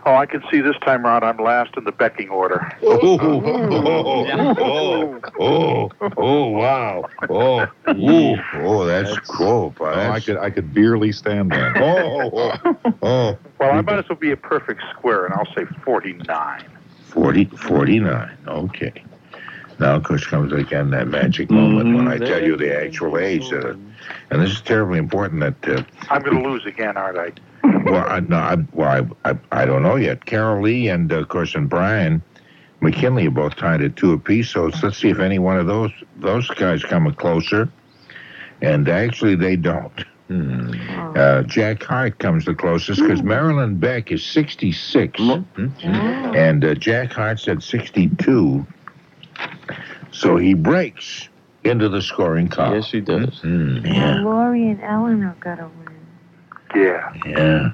Oh, I can see this time around I'm last in the becking order. Oh, oh, oh, oh, oh, oh, wow. Oh, ooh, oh, that's cool, Oh, but I could I could barely stand that. Oh, oh, oh, oh, Well, I might as well be a perfect square, and I'll say 49. 40, 49. Okay. Now, of course, comes again that magic Mm-hmm. moment when I tell you the actual age. That, it- and this is terribly important that uh, I'm going to lose again, aren't I? Well, I, no, I, well, I, I, I don't know yet. Carol Lee and, uh, of course, and Brian McKinley are both tied at two apiece. So it's- let's see if any one of those those guys come closer. And actually, they don't. Hmm. Oh. Uh, Jack Hart comes the closest because Marilyn Beck is 66, and uh, Jack Hart said 62. So he breaks into the scoring column. Yes, she does. Hmm. Well, Lori and Ellen are going to win. Yeah. Yeah.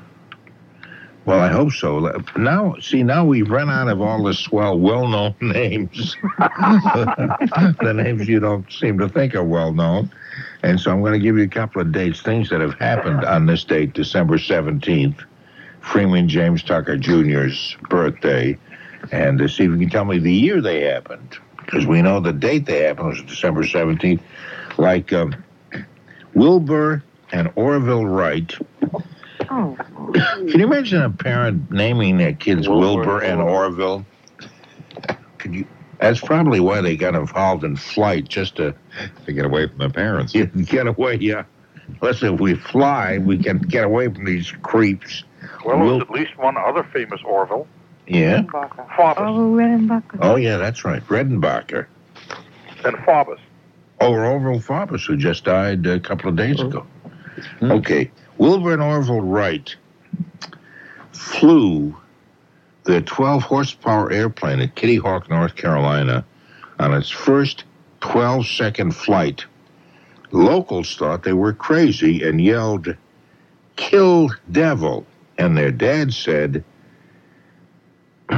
Well, I hope so. Now, see, now we've run out of all the swell, well-known names. the names you don't seem to think are well-known. And so I'm going to give you a couple of dates, things that have happened on this date, December 17th, Freeman James Tucker Jr.'s birthday, and to see if you can tell me the year they happened, because we know the date they happened was December 17th. Like um, Wilbur and Orville Wright. Oh. Can you imagine a parent naming their kids Wilbur, and Orville? Can you? That's probably why they got involved in flight, just to to get away from their parents. you can get away. Yeah, listen, if we fly, we can get away from these creeps. Well, Wil- there's at least one other famous Orville. yeah. Faubus. Oh, Redenbacher. Oh yeah, that's right. Redenbacher. And Faubus. Or Orville Faubus, who just died a couple of days ago. Okay. Wilbur and Orville Wright flew their 12 horsepower airplane at Kitty Hawk, North Carolina, on its first 12 second flight. Locals thought they were crazy and yelled, Kill Devil. And their dad said,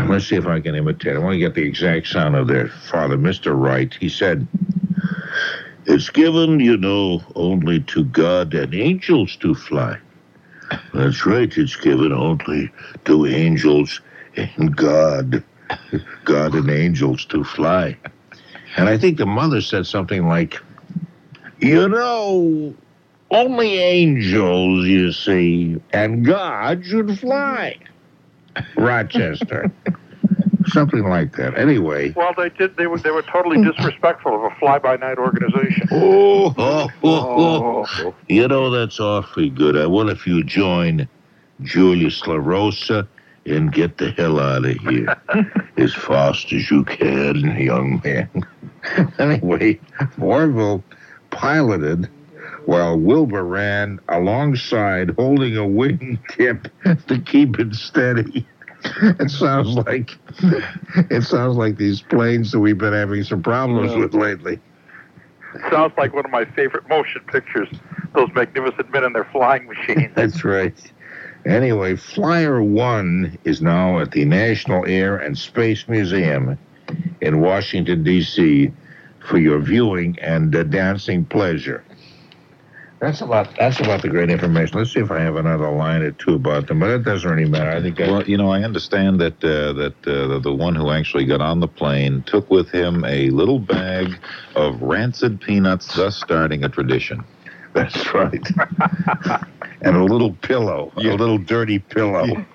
Let's see if I can imitate. I want to get the exact sound of their father, Mr. Wright. He said, it's given, you know, only to God and angels to fly. That's right, it's given only to angels and God. God and angels to fly. And I think the mother said something like, You know, only angels, you see, and God should fly. Rochester. something like that. Anyway. Well, they did. They were they were totally disrespectful of a fly-by-night organization. Oh, oh, oh, oh. You know, that's awfully good. I wonder if you join Julius LaRosa and get the hell out of here as fast as you can, young man. anyway, Orville piloted while Wilbur ran alongside holding a wingtip to keep it steady. It sounds like it sounds like these planes that we've been having some problems with lately. Sounds like one of my favorite motion pictures. Those magnificent men in their flying machine. That's right. Anyway, Flyer One is now at the National Air and Space Museum in Washington, D.C. for your viewing and uh, dancing pleasure. That's about that's about the great information. Let's see if I have another line or two about them, but it doesn't really matter. I think I, Well, you know, I understand that uh, that uh, the, the one who actually got on the plane took with him a little bag of rancid peanuts, thus starting a tradition. that's right. and a little pillow, a little dirty pillow. Yeah.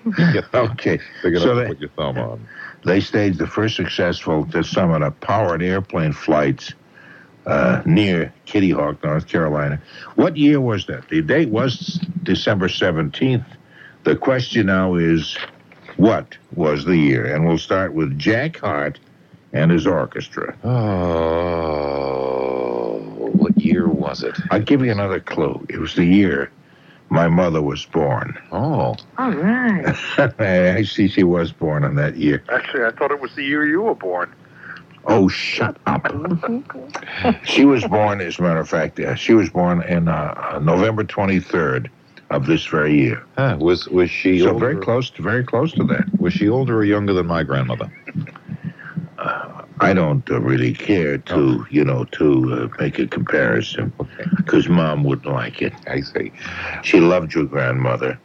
Okay. Pick it So up they- and put your thumb on. They staged the first successful to summit of powered airplane flights uh, near Kitty Hawk, North Carolina. What year was that? The date was December 17th. The question now is what was the year? And we'll start with Jack Hart and his orchestra. Oh, what year was it? I'll give you another clue. It was the year my mother was born. Oh, All right. I see she was born on that year. Actually, I thought it was the year you were born. Oh, shut up. she was born, as a matter of fact, uh, she was born in uh, uh, November 23rd of this very year. huh, was was she So older, very close, to, very close to that. Was she older or younger than my grandmother? I don't uh, really care to, you know, to uh, make a comparison because mom wouldn't like it. I see. She loved your grandmother,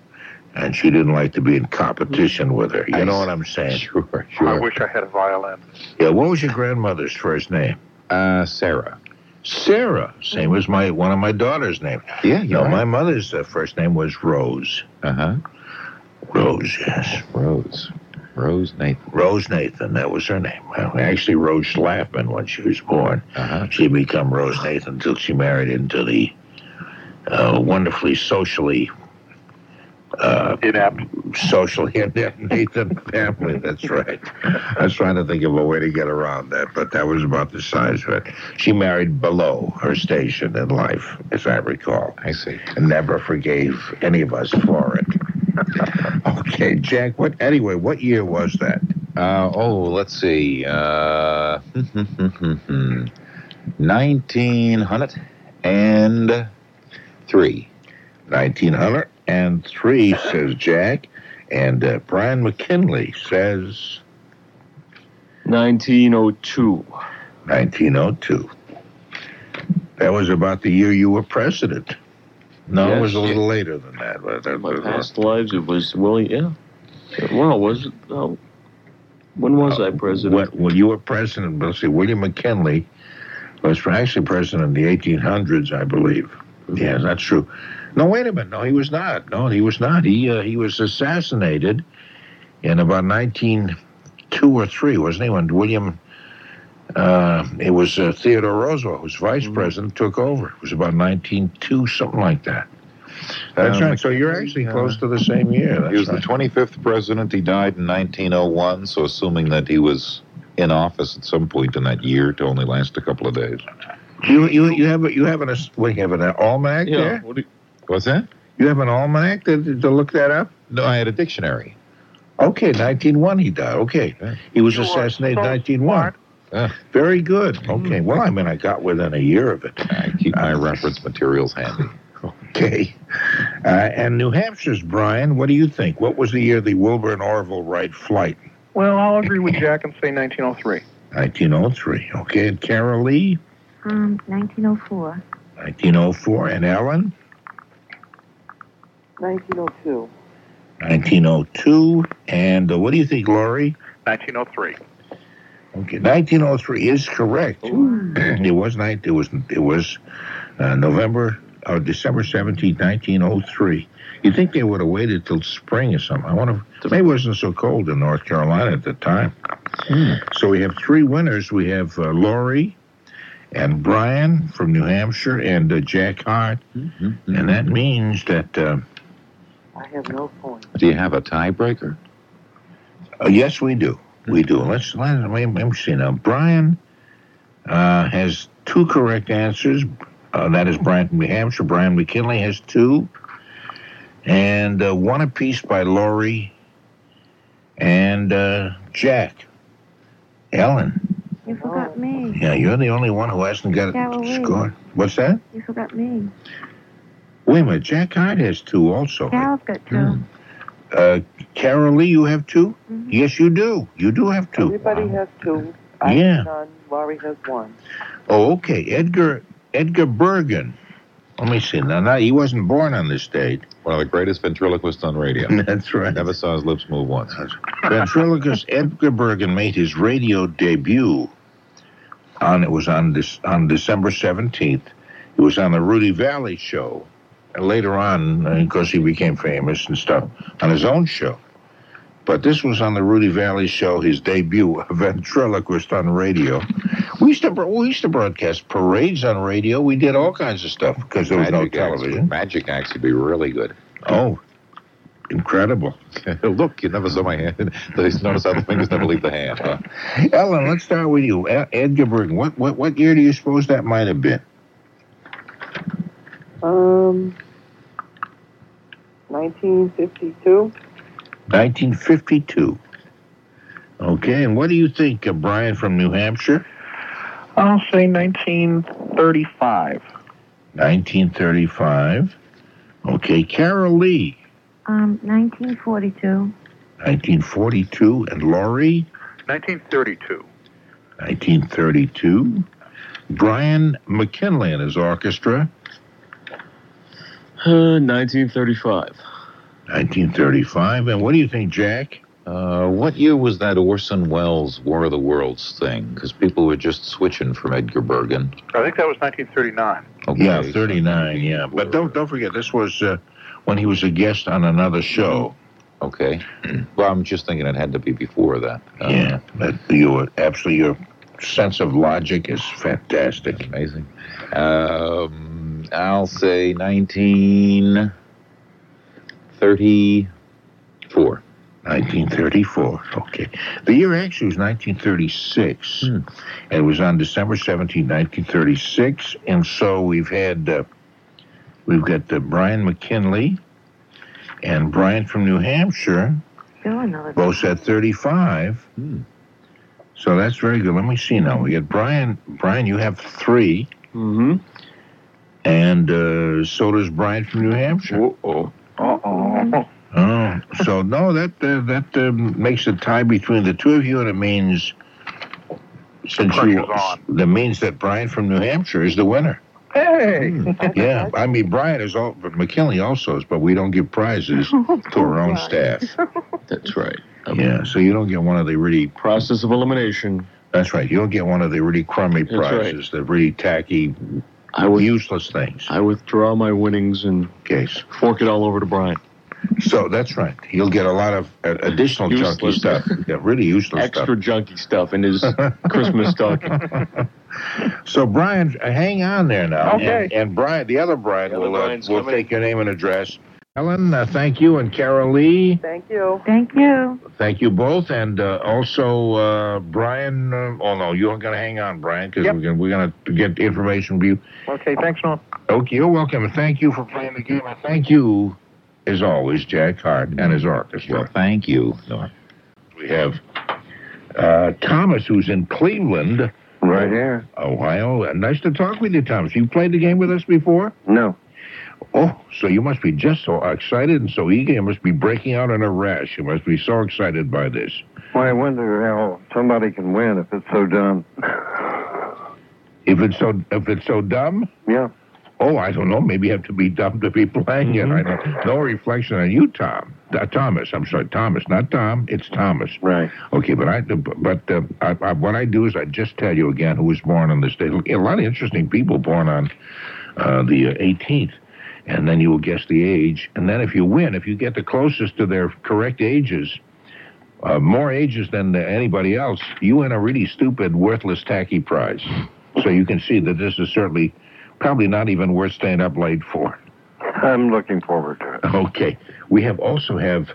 and she didn't like to be in competition with her. You I know see. what I'm saying? I Sure, sure. wish I had a violin. Yeah. What was your grandmother's first name? Uh, Sarah. Sarah. Same as my one of my daughter's name. Yeah, you No, my mother's uh, first name was Rose. Uh huh. Rose, yes. Rose. Rose Nathan. Rose Nathan, that was her name. Well, actually, Rose Schlafman when she was born. Uh huh. She became Rose Nathan until she married into the uh, wonderfully socially uh, Inept. socially inept Nathan family. That's right. I was trying to think of a way to get around that, but that was about the size of it. She married below her station in life, as I recall I see. and never forgave any of us for it. okay, Jack. What anyway? What year was that? Uh, oh, let's see. Uh, 1903. Nineteen hundred and three, says Jack. And uh, Brian McKinley says 1902. 1902. That was about the year you were president. No, it Yes, was a little yeah. later than that. But that My past lives, it was Willie. Yeah. Well, was it? Oh, when was Uh, I president? When, when you were president, let's see, William McKinley was actually president in the 1800s, I believe. Yeah, that's true. No, wait a minute. No, he was not. No, he was not. He uh, he was assassinated in about 1902 or three, wasn't he? When William, uh, it was uh, Theodore Roosevelt, whose vice Mm-hmm. president, took over. It was about 1902, something like that. That's Um, right. So you're actually close to the same year. That's he was right. the 25th president. He died in 1901, so assuming that he was in office at some point in that year to only last a couple of days. You you you have a, you have an ass- what, you have an almanac Yeah, there? What do you, What's that? You have an almanac to, to look that up? No, I had a dictionary. Okay, 1901 he died. Okay, he was assassinated in 1901. Very good. Okay, well I mean I got within a year of it. I keep my reference materials handy. Okay, uh, and New Hampshire's Brian. What do you think? What was the year the Wilbur and Orville Wright flight? Well, I'll agree with Jack and say 1903. 1903. Okay, and Carol Lee, Um, 1904. 1904, and Ellen, 1902. 1902, and uh, what do you think, Laurie? 1903. Okay, 1903 is correct. it was night. It was it was uh, November or December 17, 1903. You would think they would have waited till spring or something? I wonder. If, maybe it wasn't so cold in North Carolina at the time. So we have three winners. We have uh, Laurie and Brian from New Hampshire and uh, Jack Hart, and that means that. Uh, I have no point. Do you have a tiebreaker? Uh, yes, we do. We do. Let's let, let, let me see now. Brian uh, has two correct answers. Uh, that is Brian from New Hampshire. Brian McKinley has two, and uh, one apiece by Laurie and uh, Jack. Ellen, You forgot me. yeah, you're the only one who hasn't got Yeah, well, a wait. score. What's that? You forgot me. Wait a minute. Jack Hyde has two also. Cal's got two. Uh, Carol Lee, you have 2 Mm-hmm. Yes, you do. You do have two. Everybody has two. I Yeah. have none. Laurie has one. Oh, okay. Edgar Edgar Bergen. Let me see. Now, now he wasn't born on this date. One of the greatest ventriloquists on radio. That's right. Never saw his lips move once. Ventriloquist Edgar Bergen made his radio debut on it was on this on December seventeenth. It was on the Rudy Valley show. And later on, of course, he became famous and stuff on his own show. But this was on the Rudy Valley show, his debut, a ventriloquist on radio. We used to bro- we used to broadcast parades on radio. We did all kinds of stuff because there was no Magic acts- television. Magic acts would be really good. Oh, incredible! Look, you never saw my hand. Just notice how the fingers never leave the hand. huh? Ellen, let's start with you. Ed- Edgar Bergen, what, what, what year do you suppose that might have been? Um, 1952. 1952. Okay, and what do you think, uh, Brian from New Hampshire? I'll say 1935. 1935. Okay, Carol Lee, Um, 1942. 1942. And Laurie, 1932. 1932. Brian McKinley and his orchestra, Uh, 1935. 1935. And what do you think, Jack? Uh, what year was that Orson Welles War of the Worlds thing? Because people were just switching from Edgar Bergen. I think that was 1939. Okay, Yeah, 39, yeah. But don't, don't forget, this was uh, when he was a guest on another show. Okay. Well, I'm just thinking it had to be before that. Uh, Yeah, but you absolutely your sense of logic is fantastic. Amazing. Um, I'll say 1934. 1934. Okay, the year actually was 1936, Hmm. and it was on December 17, 1936. And so we've had uh, we've got uh, Brian McKinley and Brian from New Hampshire Still another. both at 35. Hmm. So that's very good. Let me see now. We got Brian. Brian, you have three, Mm-hmm. and uh, so does Brian from New Hampshire. Oh, oh. Oh, Oh, so no, that uh, that uh, makes a tie between the two of you, and it means since you, that means that Brian from New Hampshire is the winner. Hey, Yeah, I mean Brian is all, but McKinley also is, but we don't give prizes Oh, to our own staff. That's right. Yeah, so you don't get one of the really process of elimination. That's right. You don't get one of the really crummy That's right. prizes, the really tacky, useless things. I withdraw my winnings and case fork it all over to Brian. So that's right. You'll get a lot of uh, additional junky Useless. stuff. Yeah, really useless stuff. Extra junky stuff in his Christmas stocking. So Brian, uh, hang on there now. Okay. And, and Brian, the other Brian, The other will, uh, Brian's will coming. take your name and address. Helen, uh, thank you, and Carol Lee, Thank you. Thank you. thank you both, and uh, also uh, Brian. Uh, oh no, you're going to hang on, Brian, because Yep. we're going we're going to get information from you. Okay, thanks, Norm. Okay, you're welcome, and thank you for playing the game, and thank you, as always, Jack Hart and his orchestra. Well, thank you. We have uh, Thomas, who's in Cleveland, Right here. Ohio. Uh, Nice to talk with you, Thomas. You played the game with us before? No. Oh, so you must be just so excited and so eager. You must be breaking out in a rash. You must be so excited by this. Well, I wonder how somebody can win if it's so dumb. If it's so, if it's so dumb. Yeah. Oh, I don't know. Maybe you have to be dumb to be playing it. I don't. No reflection on you, Tom. Uh, Thomas. I'm sorry, Thomas, not Tom. It's Thomas. Right. Okay, but I, but uh, I, I, what I do is I just tell you again who was born on this day. A lot of interesting people born on uh, the uh, 18th, and then you will guess the age. And then if you win, if you get the closest to their correct ages, uh, more ages than anybody else, you win a really stupid, worthless, tacky prize. So you can see that this is certainly, probably not even worth staying up late for. I'm looking forward to it. Okay. We have also have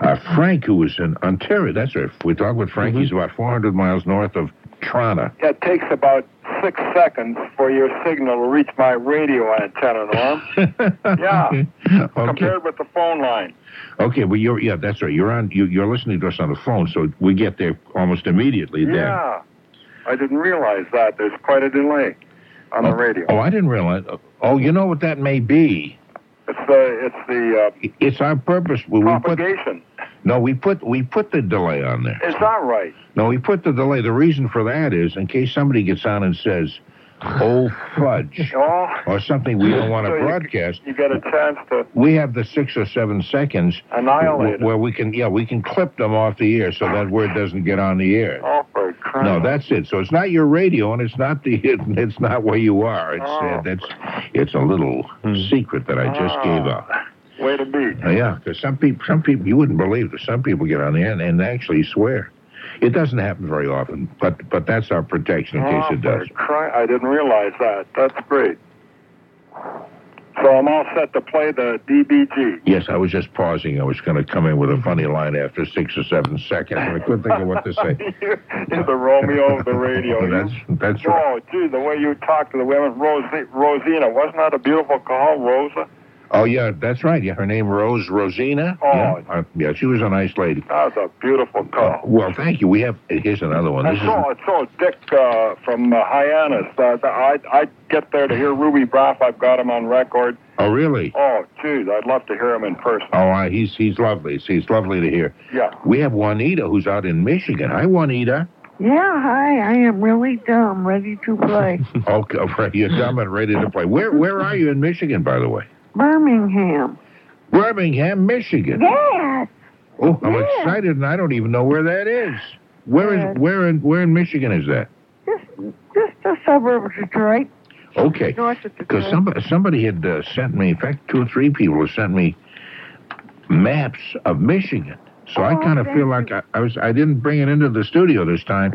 uh, Frank, who is in Ontario. That's right. We talk with Frank. He's about 400 miles north of Toronto. It takes about six seconds for your signal to reach my radio antenna, Norm. yeah, Okay. compared with the phone line. Okay. Well, you're yeah. That's right. You're on. You, you're listening to us on the phone, so we get there almost immediately. Then. Yeah, I didn't realize that. There's quite a delay on the radio. Oh, I didn't realize. Oh, you know what that may be. It's the it's the uh, It's our purpose. We, we put propagation. no. We put we put the delay on there. Is that right? No, we put the delay. The reason for that is in case somebody gets on and says, "Oh fudge," Oh, or something we don't want to So you- broadcast. you get a chance to we have the six or seven seconds Annihilate wh- where we can yeah we can clip them off the air so that word doesn't get on the air. oh for No, crying. that's it. So it's not your radio, and it's not the it's not where you are. It's uh, that's it's a little secret that I just gave up. way to be. Uh, yeah, because some people some people you wouldn't believe that some people get on the air and, and actually swear. It doesn't happen very often, but but that's our protection in case oh, it does. for crying! I didn't realize that. That's great. So I'm all set to play the DBG. Yes, I was just pausing. I was going to come in with a funny line after six or seven seconds, and I couldn't think of what to say. You're the Romeo of the radio. You Oh, that's that's right. Oh, gee, the way you talk to the women, Rosi- Rosina, wasn't that a beautiful call, Rosa? Oh yeah, that's right. Yeah, her name Rose Rosina. Oh. yeah, Uh, yeah, she was a nice lady. Uh, That was a beautiful call. Well, thank you. We have uh, here's another one. I This is saw, I saw Dick uh, from uh, Hyannis. Uh, the- I I get there to hear Ruby Braff. I've got him on record. oh really? Oh, geez, I'd love to hear him in person. Oh, I, he's he's lovely. He's lovely to hear. Yeah. We have Juanita who's out in Michigan. Hi, Juanita. Yeah, hi. I am really dumb, ready to play. okay, right, you're dumb and ready to play. Where where are you in Michigan, by the way? Birmingham. Birmingham, Michigan. Yeah. Oh, I'm excited, and I don't even know where that is. Where is where in where in Michigan is that? Just a suburb of Detroit. Okay. North of Because Detroit. somebody, somebody had uh, sent me, in fact, two or three people have sent me maps of Michigan. So I Oh, kind of thank feel like I, I was I didn't bring it into the studio this time,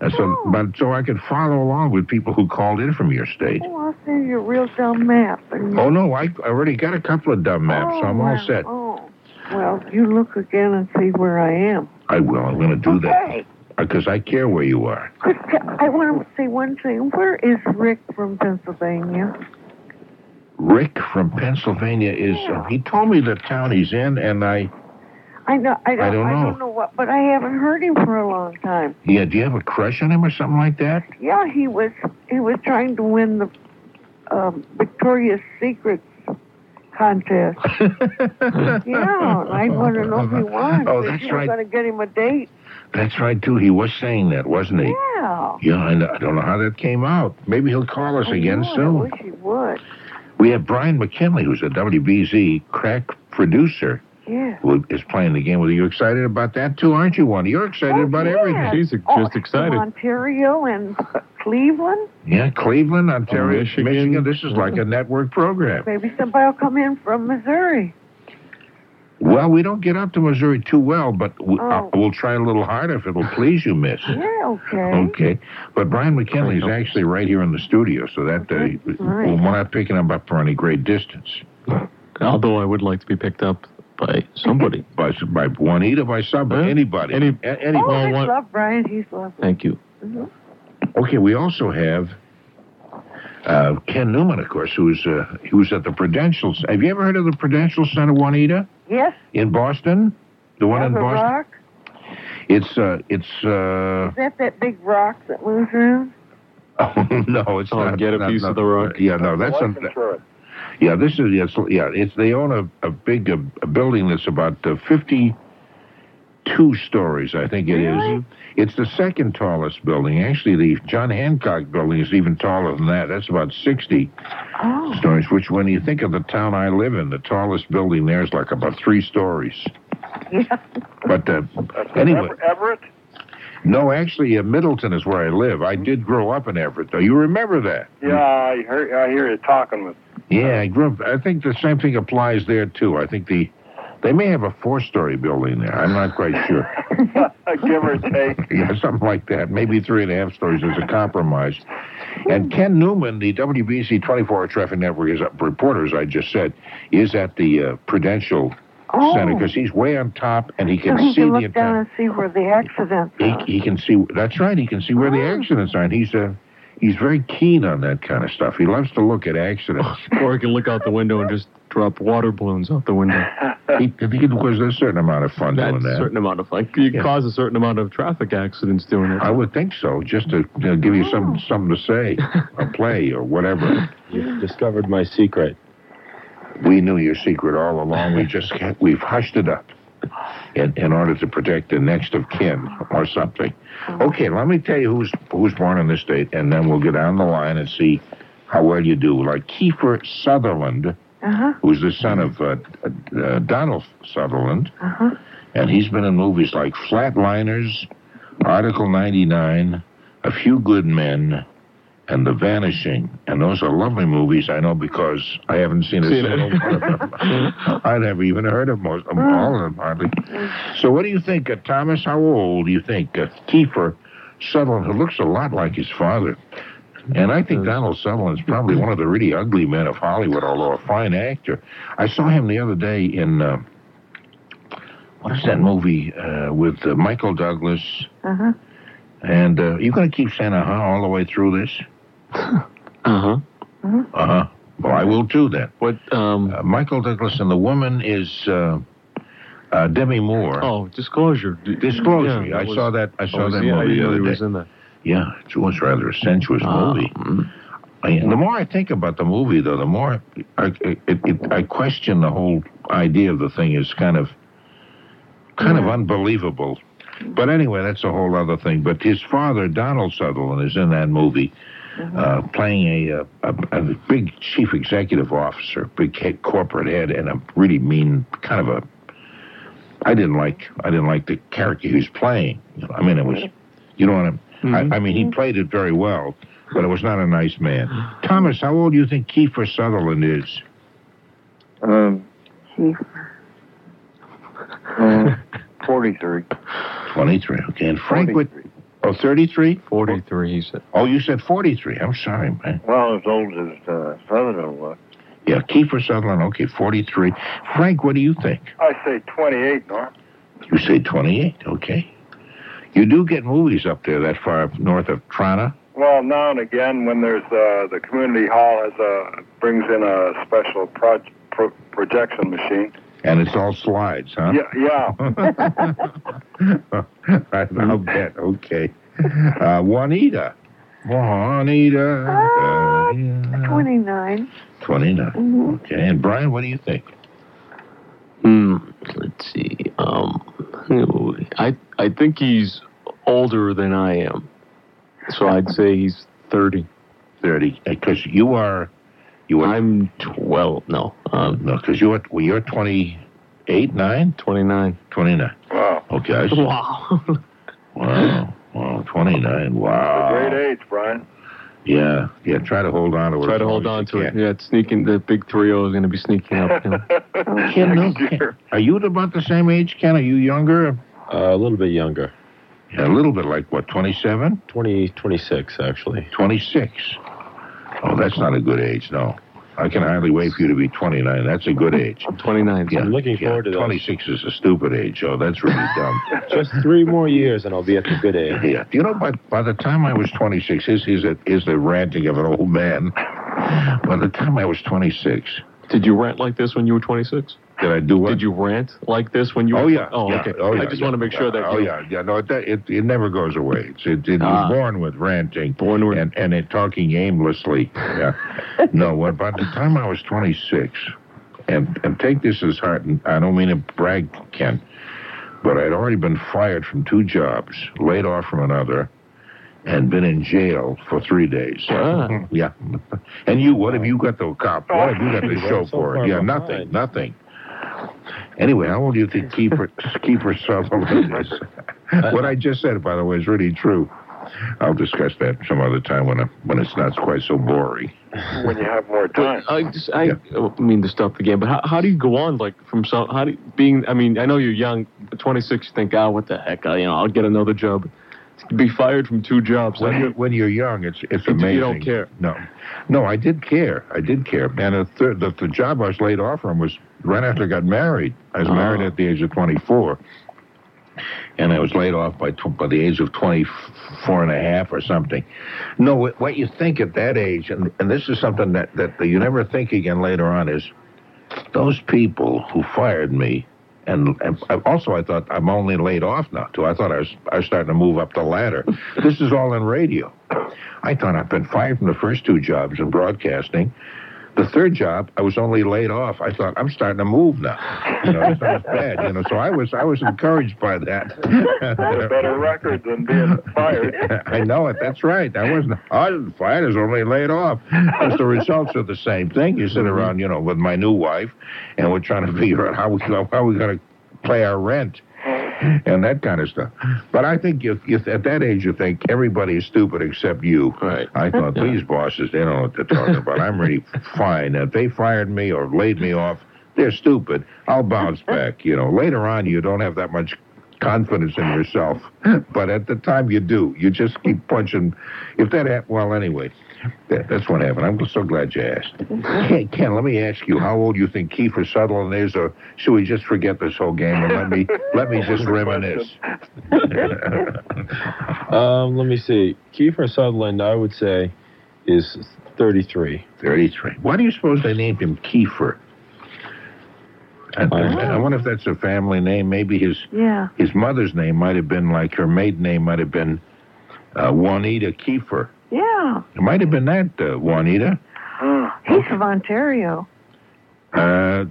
uh, so Oh. but so I could follow along with people who called in from your state. Oh, I'll send you a real dumb map. And Oh no, I I already got a couple of dumb maps, so I'm all wow. set. Oh, well, you look again and see where I am. I will. I'm going to do that because I care where you are. I want to say one thing. Where is Rick from Pennsylvania? Rick from Pennsylvania is. uh, he told me the town he's in, and I. I know. I don't, I don't know. what, but I haven't heard him for a long time. Yeah, do you have a crush on him or something like that? Yeah, he was he was trying to win the um, Victoria's Secret contest. yeah, I want to know if he won. Oh, If that's you were right. going to get him a date. That's right, too. He was saying that, wasn't he? Yeah. Yeah, I, kn- I don't know how that came out. Maybe he'll call us I again know, soon. I wish he would. We have Brian McKinley, who's a WBZ crack producer, Yeah. who is playing the game with you. You're excited about that, too, aren't you, Wanda? You're excited about everything. Yeah. Oh, from Ontario and Cleveland. Yeah, Cleveland, Ontario, Michigan. This is like a network program. Maybe somebody will come in from Missouri. Well, we don't get up to Missouri too well, but we, Oh. uh, we'll try a little harder if it'll please you, Miss. Yeah, okay. Okay, but Brian McKinley is actually right here in the studio, so that uh, Right. we're not picking him up for any great distance. Although I would like to be picked up by somebody. by, by Juanita, by somebody, anybody. Any, oh, I love Brian. He's lovely. Thank you. hmm Okay, we also have uh, Ken Newman, of course, who's uh, he was at the Prudential. Have you ever heard of the Prudential Center, Juanita, Yes, in Boston? The one in the Boston. rock. It's uh, it's uh, Is that that big rock that moves around? oh, no, it's Oh, not. get a not- piece not- of the rock. Yeah, no, that's Life a, insurance. yeah. This is yes, yeah. It's they own a, a big uh a building that's about uh, fifty two stories, I think it is. It's the second tallest building. Actually, the John Hancock building is even taller than that. That's about 60 Oh, stories, which, when you think of the town I live in, the tallest building there is like about three stories. But uh, anyway, Ever- Everett? no, actually, uh, Middleton is where I live. I did grow up in Everett, though. You remember that? Yeah, I hear, I hear you talking with. Yeah, I grew up. I think the same thing applies there, too. I think the. They may have a four-story building there. I'm not quite sure. uh, Give or take. yeah, something like that. Maybe three and a half stories as a compromise. And Ken Newman, the WBC 24-hour traffic network is up, reporter, as I just said, is at the uh, Prudential Oh. Center because he's way on top and he so can he see can the look down entire. and see where the accident. He, he can see. That's right. He can see where the Oh. accidents are, and he's uh, he's very keen on that kind of stuff. He loves to look at accidents. Or I can look out the window and just drop water balloons out the window. he, he was a certain amount of fun That's doing that. a certain amount of fun. You Yeah. cause a certain amount of traffic accidents doing it. I would think so, just to you know, give you Oh. some something to say, or play, or whatever. You've discovered my secret. We knew your secret all along. We just can't- we've hushed it up in, in order to protect the next of kin or something. Okay, let me tell you who's who's born on this date, and then we'll go down the line and see how well you do. Like Kiefer Sutherland, Uh-huh. who's the son of uh, uh, Donald Sutherland, Uh-huh. and he's been in movies like Flatliners, Article 99, A Few Good Men, and The Vanishing. And those are lovely movies, I know, because I haven't seen a Seen it. single one of them. I never even heard of most, um, all of them hardly. So what do you think, uh, Thomas? How old do you think uh, Kiefer Sutherland, who looks a lot like his father, and I Mm. think Donald Sutherland's probably one of the really ugly men of Hollywood, although a fine actor. I saw him the other day in uh, what is that movie uh, with uh, Michael Douglas? Uh-huh. And uh, you going to keep saying uh huh all the way through this? Uh Uh huh. Well, I will too then. What? Um, uh, Michael Douglas and the woman is uh, uh, Demi huh. Moore. Oh, disclosure. D- Disclosure. yeah, I was- saw that. I oh, saw was that he- I movie didn't the know other he day. was in that. Yeah, it was rather a sensuous movie. I, Ah, mm. uh, the more I think about the movie, though, the more I, it, it, I question the whole idea of the thing is kind of, kind of unbelievable. But anyway, that's a whole other thing. But his father, Donald Sutherland, is in that movie, uh, playing a, uh, a a big chief executive officer, big head, corporate head, and a really mean kind of a. I didn't like I didn't like the character he was playing. You know, I mean, it was, you know what I'm. I, I mean, he played it very well, but it was not a nice man. Thomas, how old do you think Kiefer Sutherland is? Um, Kiefer. uh, 43. 23. Okay, and Frank would. Oh, 33? 43, he said. Oh, you said 43. I'm sorry, man. Well, as old as uh, Sutherland was. Yeah, Kiefer Sutherland, okay, 43. Frank, what do you think? I say 28, Norm. You say 28, okay. You do get movies up there that far up north of Toronto. Well, now and again, when there's uh, the community hall has a brings in a special proj- pro- projection machine. And it's all slides, huh? Yeah, yeah. I, I'll bet. Okay. Uh, Juanita. Juanita. Ah, What? 29. 29. Mm-hmm. Mhm. Okay. And Brian, what do you think? Hmm. Let's see. Um, I I think he's older than I am, so I'd say he's thirty. Thirty, because you are, you are. I'm twelve. No. Um, no, because you're well, you're twenty eight, nine, twenty nine, twenty nine. Wow. Okay. I see. Wow. Wow. Wow. Twenty nine. Uh, Wow. Great age, Brian. Yeah. Yeah. Try to hold on to it. Try as to long hold as on you to it. can. Yeah, it's sneaking. The big three zero is going to be sneaking up. you know. Ken, no, Ken, are you about the same age, Ken? Are you younger? Uh, a little bit younger. Yeah, a little bit like what, 27? 20, 26, actually. 26. Oh, that's not a good age, no. I can hardly wait for you to be 29. That's a good age. 29. Yeah, I'm looking yeah, forward to that. 26 is a stupid age. Oh, that's really dumb. Just three more years and I'll be at the good age. Yeah. You know, by, by the time I was 26, this is, a, is the ranting of an old man. By the time I was 26, Did you rant like this when you were 26? did I do what? Did you rant like this when you? Oh were, yeah. Oh, yeah, okay. Oh, yeah, I just yeah, want to make sure that. yeah, Oh you, yeah, yeah. No, it it, it never goes away. It's it, it Ah. was born with ranting, born with, and and it talking aimlessly. Yeah. no, well, by the time I was 26, and and take this as heart, and I don't mean to brag, Ken, but I'd already been fired from two jobs, laid off from another, and been in jail for three days. Ah. yeah. And you, what have you got the cop? What have you got to Well, show so for far it? Yeah, behind. nothing, nothing. Anyway, how old do you think Keeper Keeper Sutherland is? what I just said, by the way, is really true. I'll discuss that some other time when I, when it's not quite so boring. When you have more time. I just I don't mean to stop the game, but how, how do you go on like from some how do you, being I mean I know you're young, 26. You think ah what the heck I, you know I'll get another job, be fired from two jobs. When I- you're, when you're young, it's it's You- you amazing. don't care. No, no, I did care. I did care. And a thir- the, the job I was laid off from was right after I got married. I was Uh-huh. married at the age of 24, and I was laid off by tw- by the age of 24 and a half or something. No, what- what you think at that age, and, and this is something that, that you never think again later on, is those people who fired me. And, and I- also, I thought I'm only laid off now too. I thought I was I was starting to move up the ladder. this is all in radio. I thought I'd been fired from the first two jobs in broadcasting. The third job, I was only laid off. I thought I'm starting to move now. You know, it's not as bad. You know, so I was I was encouraged by With a that. better record than being fired. I know it. That's right. I wasn't. I wasn't fired. I was only laid off. Because the results are the same thing. You sit around, you know, with my new wife, and we're trying to figure out how we how we going to play our rent and that kind of stuff. But I think if, if at that age you think everybody is stupid except you. Right. I thought these bosses, they don't know what they're talking about. I'm really fine. If they fired me or laid me off, they're stupid. I'll bounce back. You know, later on you don't have that much confidence in yourself, but at the time you do. You just keep punching. If that happened, well, anyway, that, that's what happened. I'm so glad you asked. Ken, Ken, let me ask you, how old you think Kiefer Sutherland is, or should we just forget this whole game and let me let me just reminisce? Um, let me see. Kiefer Sutherland, I would say, is 33. 33. Why do you suppose they named him Kiefer? I, I, I wonder if that's a family name. Maybe his Yeah. his mother's name might have been like her maiden name might have been uh, Juanita Kiefer. Yeah. It might have been that uh, Juanita. He's from Ontario. Uh,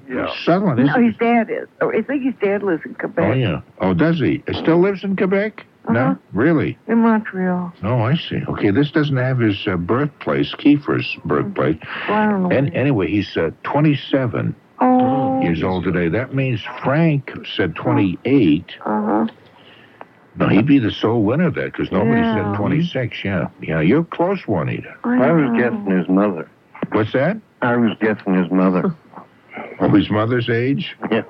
Sutherland. No, Isn't his dad is. Or I think his dad lives in Quebec. Oh yeah. Oh, does he? He Still lives in Quebec? Uh-huh. No, really. In Montreal. Oh, I see. Okay, this doesn't have his uh, birthplace, Kiefer's birthplace. Well, I don't know. And anyway, he's uh, 27 oh. years old today. That means Frank said 28. Uh-huh. No, he'd be the sole winner there because nobody Yeah. said 26. Yeah, yeah, you're a close, Juanita. I was guessing his mother. What's that? I was guessing his mother. Oh, his mother's age. Yeah.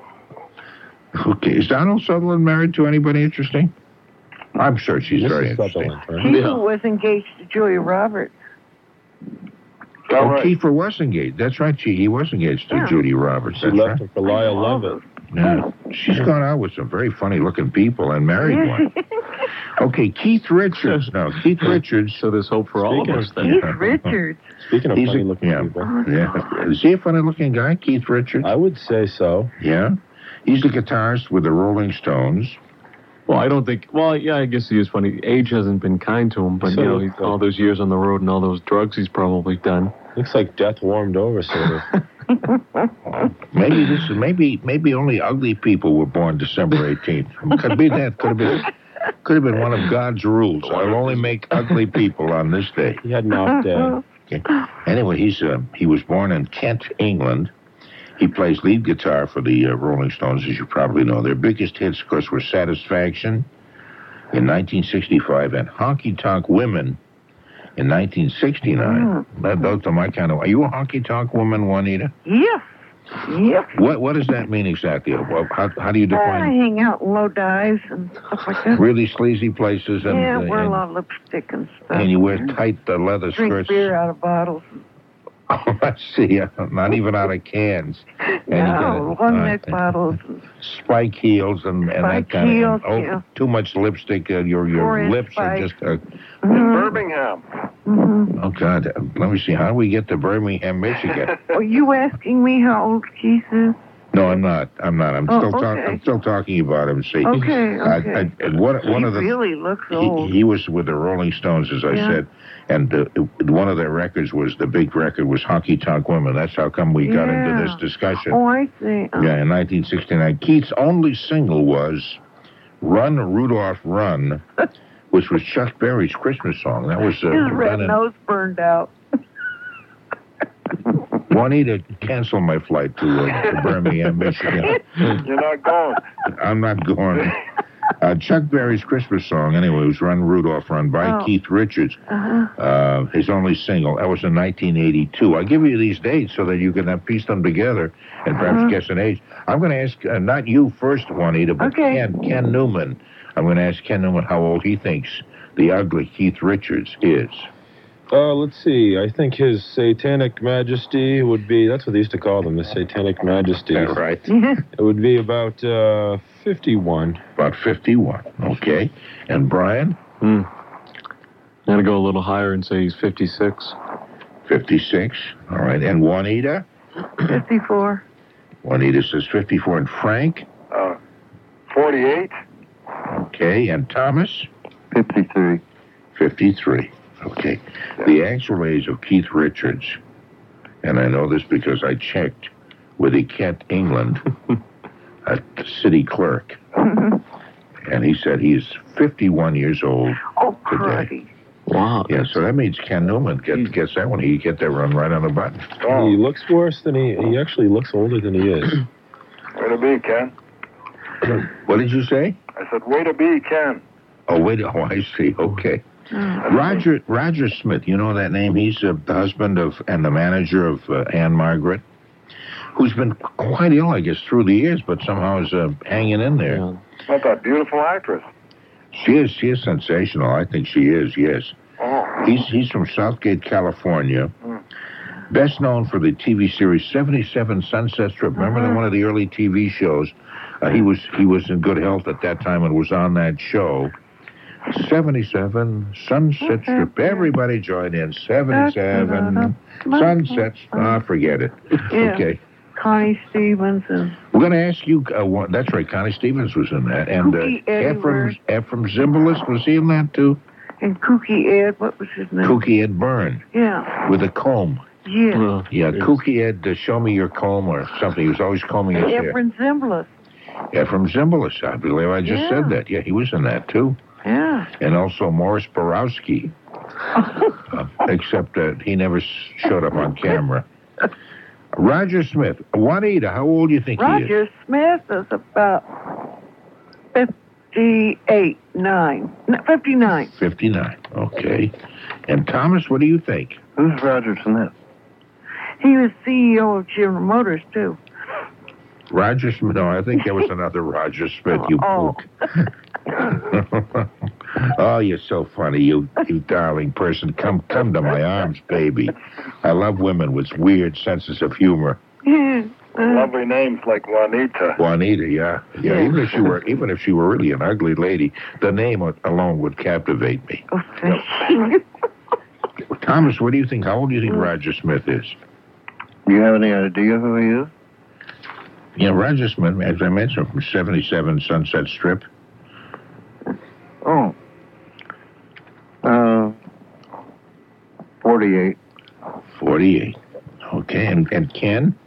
Okay, is Donald Sutherland married to anybody interesting? I'm sure she's very interesting. He was engaged to Julia Roberts. Oh, right. Kiefer was engaged. That's right. She, he was engaged to Yeah. Judy Roberts. She That's left right. him for Lyle Lovett. Yeah. She's gone out with some very funny looking people and married one. Okay, Keith Richards. No, Keith Richards. So there's hope for all of Speaking us of- then. Keith Richards. Speaking of He's a- funny looking yeah. people, Yeah. Is he a funny looking guy, Keith Uh, Richards? I would say so. Yeah. He's the guitarist with the Rolling Stones. Well, I don't think. Well, yeah, I guess he is funny. Age hasn't been kind to him, but So- you know, he's, all those years on the road and all those drugs he's probably done. Looks like death warmed over, sort of. Maybe this is maybe maybe only ugly people were born December 18th. Could be that. Could have been. Could have been one of God's rules. I'll only make ugly people on this day. He had an off day. Anyway, he's uh, he was born in Kent, England. He plays lead guitar for the uh, Rolling Stones, as you probably know. Their biggest hits, of course, were "Satisfaction" in 1965 and "Honky Tonk Women" in 1969. Mm. That, those are my kind of. Are you a honky tonk woman, Juanita? Yeah. Yeah. What What does that mean exactly? Well, how, how do you I define hang out in low dives and stuff like that. really sleazy places and yeah, wear a and, lot of lipstick and stuff. and you wear tight uh, leather Drink skirts? beer out of bottles. Oh, I see. Not even out of cans. And you got No, it. long All right. neck bottles. spike heels and, and Spike that kind of heels, thing. Oh, yeah. too much lipstick. Uh, your your Four-inch lips are spike. just. Uh, Birmingham. oh God! uh, Let me see. How do we get to Birmingham, Michigan? Are you asking me how old Keith is? no, I'm not. I'm not. I'm Oh, still talking. okay. I'm still talking about him. See. Okay, I- okay. I- and one one he of the really looks he, old. he was with the Rolling Stones, as I Yeah. said, and uh, one of their records was the big record was Honky Tonk Women. That's how come we got into this Yeah. discussion. Oh, I see. Oh, Yeah, in 1969. Keith's only single was Run Rudolph Run, which was Chuck Berry's Christmas song. That was uh, His red done in- nose burned out. Juanita, cancel my flight to, uh, to Birmingham, Michigan. You're not going. I'm not going. Uh, Chuck Berry's Christmas song, anyway, was Run Rudolph Run by Oh. Keith Richards, Uh-huh. uh, his only single. That was in 1982. I give you these dates so that you can uh, piece them together and perhaps Uh-huh. guess an age. I'm going to ask, uh, not you first, Juanita, but Okay. Ken, Ken Newman. I'm going to ask Ken Newman how old he thinks the ugly Keith Richards is. Uh, let's see. I think his Satanic Majesty would be. That's what they used to call them, the Satanic Majesty. right. It would be about uh, 51. About 51. Okay. And Brian? Hmm. I'm gonna go a little higher and say he's 56. 56. All right. And Juanita? 54. Juanita says 54. And Frank? Uh, 48. Okay. And Thomas? 53. 53. Okay. The actual age of Keith Richards, and I know this because I checked with the Kent, England, a city clerk, and he said he is 51 years old. Oh, today. cruddy. Wow. Yeah, so that means Ken Newman gets, gets that one. He get that run right on the button. Oh, He looks worse than he. He actually looks older than he is. Way to be, Ken. What did you say? I said, way to be, Ken. Oh, wait. Oh, I see. Okay. Roger Roger Smith, you know that name? He's uh, the husband of and the manager of uh, Anne Margaret, who's been quite ill, I guess, through the years, but somehow is uh, hanging in there. Not that beautiful actress. She is. She is sensational. I think she is. Yes. Oh. He's he's from Southgate, California. Mm. Best known for the TV series '77 Sunset Strip. Remember Mm-hmm. the one of the early TV shows? Uh, he was he was in good health at that time and was on that show. '77 Mm-hmm. Sunset Strip. Everybody join in. '77 Sunset. Ah, forget it. Yeah. Okay. Connie Stevens and We're going to ask you. Uh, one, that's right. Connie Stevens was in that, and uh, Cookie Ephraim Edwards. Ephraim Zimbalist was he in that too? and Kooky Ed. What was his name? Cookie Ed Byrne Yeah. with a comb. Yeah. Yeah, Kooky had to show me your comb or something. He was always combing his hair. Ephraim Zimbalist. Yeah, from Zimbalist, I believe. I just Yeah. said that. Yeah, he was in that too. Yeah. And also Morris Borowski, Uh, except that he never s- showed up on camera. Roger Smith, Juanita, how old do you think he is? Roger Smith is about 58, 9. No, 59. 59. Okay. And Thomas, what do you think? Who's Roger Smith? He was CEO of General Motors, too. Roger Smith? No, I think there was another Roger Smith, you Oh. pook. oh, you're so funny, you you darling person. Come come to my arms, baby. I love women with weird senses of humor. Oh, Lovely names like Juanita. Juanita, yeah, yeah. Even if she were even if she were really an ugly lady, the name a- alone would captivate me. Thomas, what do you think? How old do you think Roger Smith is? Do Mm. you have any idea who he is? Yeah, Roger Smith, as I mentioned, from 77 Sunset Strip. Uh, 48. 48. Okay, and, and Ken?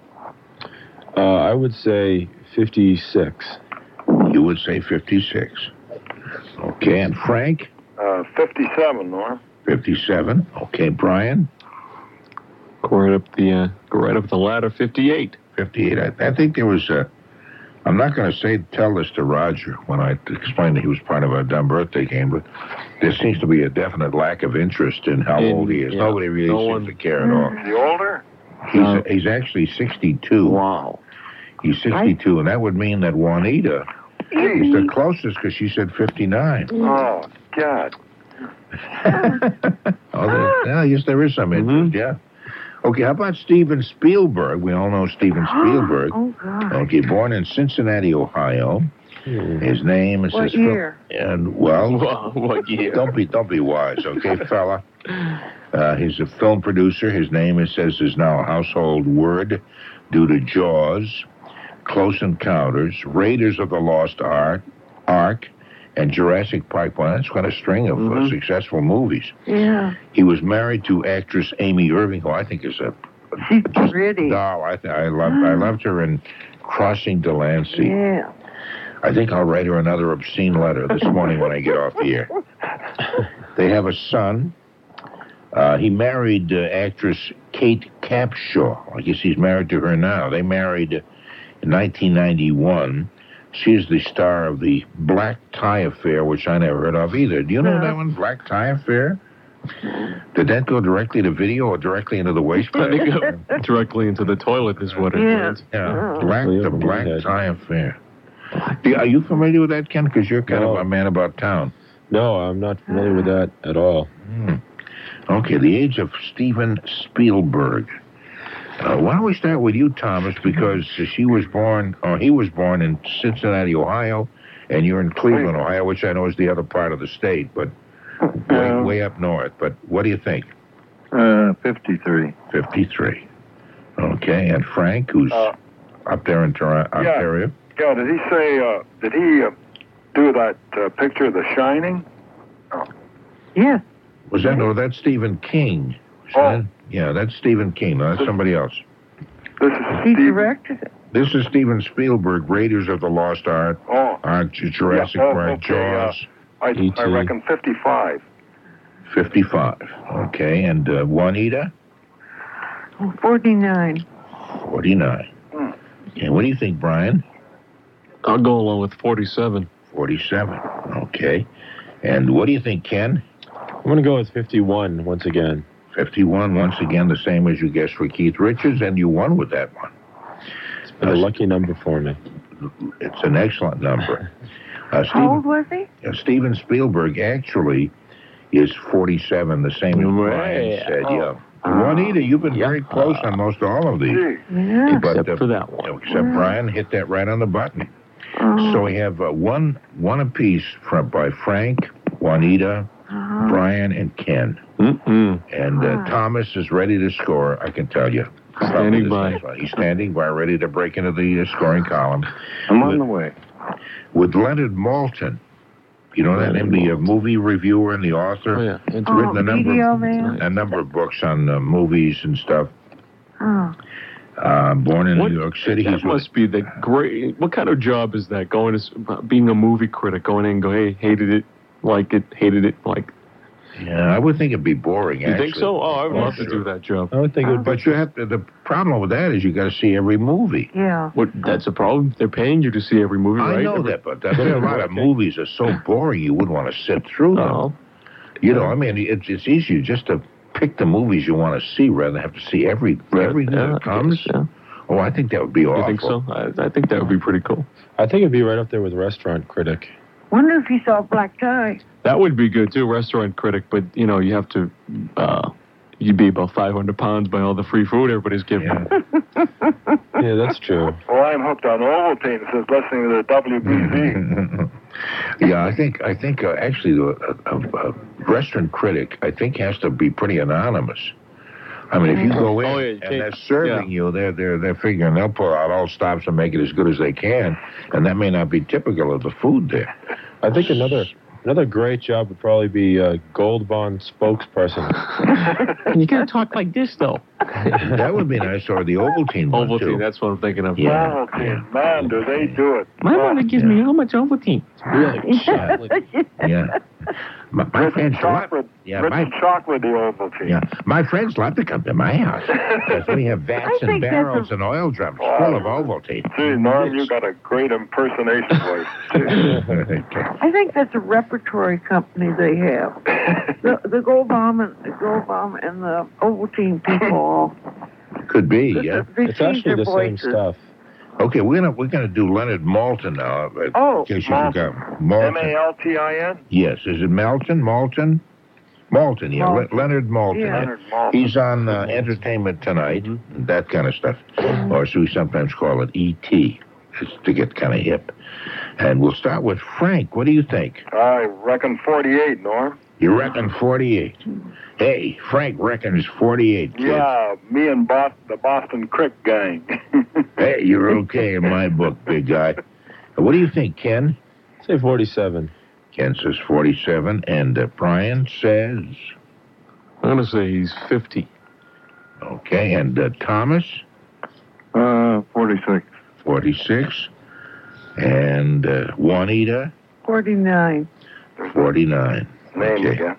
Uh, I would say 56. You would say 56. Okay, and Frank? Uh, 57, Norm. 57. Okay, Brian? Go right up the, uh, go right up the ladder, 58. 58. I, I think there was a. I'm not going to say tell this to Roger when I explained that he was part of our dumb birthday game, but there seems to be a definite lack of interest in how In- old he is. yeah, Nobody really no seems one- to care at all. Is he older? He's, he's actually 62. Wow. He's 62, and that would mean that Juanita is the closest because she said 59. Oh, God. Oh, there, yeah, yes, there is some Mm-hmm. interest, yeah. Okay, how about Steven Spielberg? We all know Steven Spielberg. Oh, God. Okay, born in Cincinnati, Ohio. Hmm. His name is What his fil- year? and well, what year? Don't be don't be wise, okay, fella. Uh, he's a film producer. His name, it says, is now a household word due to Jaws, Close Encounters, Raiders of the Lost Ark, Ark, and Jurassic Park. Well, that's quite a string of uh, Mm-hmm. successful movies. Yeah. He was married to actress Amy Irving, who I think is a she's pretty. No, I th- I loved I loved her in Crossing Delancey. Yeah. I think I'll write her another obscene letter this morning when I get off the air. They have a son. Uh, he married uh, actress Kate Capshaw. I guess he's married to her now. They married in 1991. She is the star of the Black Tie Affair, which I never heard of either. Do you know that one, Black Tie Affair? Did that go directly to video or directly into the waste I think basket? it- directly into the toilet is what it Yeah. is. Yeah. Black, the Black Tie Affair. Yeah, Are you familiar with that, Ken? Because you're kind of a man about town. No, I'm not familiar with that at all. Okay, the age of Steven Spielberg. Uh, why don't we start with you, Thomas? Because she was born, or he was born in Cincinnati, Ohio, and you're in Cleveland, Ohio, which I know is the other part of the state, but way, way up north. But what do you think? Uh, 53. 53. Okay, and Frank, who's up there in Toronto, yeah. Ontario. Yeah, did he say, uh, did he uh, do that uh, picture of The Shining? Yeah. Was that, no, that's Stephen King. Oh. Yeah, that's Stephen King. No, that's somebody else. This is He directed it. This is Steven Spielberg, Raiders of the Lost Art, Oh. Art Jurassic Yeah, oh, Park, okay, Jaws, I, I E.T.. reckon 55. 55. Okay, and uh, Juanita, Oh, 49. 49. Hmm. Okay, what do you think, Brian? I'll go along with 47. 47. Okay. And what do you think, Ken? I'm going to go with 51 once again. 51, once again, the same as you guessed for Keith Richards, and you won with that one. It's been a lucky number for me. It's an excellent number. Uh, Steven, How old was he? uh, Steven Spielberg actually is 47, the same as Brian Right. said, Oh. yeah. Juanita, you've been very close on most all of these. Yeah. Except for that one. Except Brian hit that right on the button. So we have uh, one one apiece from by Frank, Juanita, Uh-huh. Brian, and Ken. Mm-mm. And uh, Thomas is ready to score. I can tell you. Standing Probably by. this next one. He's standing by, ready to break into the uh, scoring column. I'm with, on the way. With Leonard Malton. You know that name, the uh, movie reviewer and the author. Oh, yeah. It's Oh, written a number, Video of, Man. a number of books on uh, movies and stuff. Oh. Uh, born in What- New York City, he's That must be the great. What kind of job is that? Going as being a movie critic, going in and go, hey, hated it, like it, hated it, like. Yeah, I would think it'd be boring. You think actually. so? Oh, I would Yeah, love sure. to do that job. I would think it would. But you have to. The problem with that is you got to see every movie. Yeah. What? That's a problem. They're paying you to see every movie, right? I know Every- that, but that, there are a lot of movies that are so boring you wouldn't want to sit through them. Oh. You know, I mean, it's it's easier just to pick the movies you want to see rather than have to see every every Uh, yeah, I that comes. Oh, I think that would be awful. You think so? I, I think that would be pretty cool. I think it'd be right up there with Restaurant Critic. Wonder if you saw Black Tie. That would be good too, restaurant critic. But you know, you have to, uh, you'd be about 500 pounds by all the free food everybody's giving. Yeah, that's true. Well, I'm hooked on Ovaltine since listening to the WBZ. Yeah, I think I think uh, actually the a, a, a restaurant critic I think has to be pretty anonymous. I mean, if you go in Oh, yeah, you and can't- they're serving you, they're they're they're figuring they'll pull out all stops and make it as good as they can, and that may not be typical of the food there. I think another Another great job would probably be uh, Gold Bond spokesperson. you can't talk like this though. that would be nice. Or the Ovaltine. one, Ovaltine, too. Oh, that's what I'm thinking of. Yeah. man, do they do it? Uh, My mother gives me how much Ovaltine? Really? yeah. My, my friends Chocolate, Yeah, rich my- in chocolate, the Ovaltine. Yeah, my friends love to come to my house 'cause we have I vats and think that's barrels a- and oil drums full of Ovaltine. Gee, Norm, you got a great impersonation voice. I think that's a repertory company they have. the the Goldbaum and the Goldbaum and the Ovaltine people. Could be, yeah. They It's change actually their the same voices. stuff. Okay, we're gonna we're gonna do Leonard Malton now. uh, Oh, in case you Maltin. forgot. M Malton. A L T I N. Yes, is it Malton? Malton? Malton, yeah. Le- Maltin. Leonard Malton. Yeah. yeah. Leonard Maltin. He's on uh, Entertainment Tonight, that kind of stuff. Or as we sometimes call it, E.T., just to get kind of hip. And we'll start with Frank. What do you think? I reckon 48, Norm. You reckon 48? Hey, Frank reckons 48, kid. Yeah, me and Bos- the Boston Crick gang. Hey, you're okay in my book, big guy. What do you think, Ken? Say 47. Ken says 47, and uh, Brian says. I'm gonna say he's 50. Okay, and uh, Thomas? Uh, 46. 46. And uh, Juanita? 49. 49. Name again.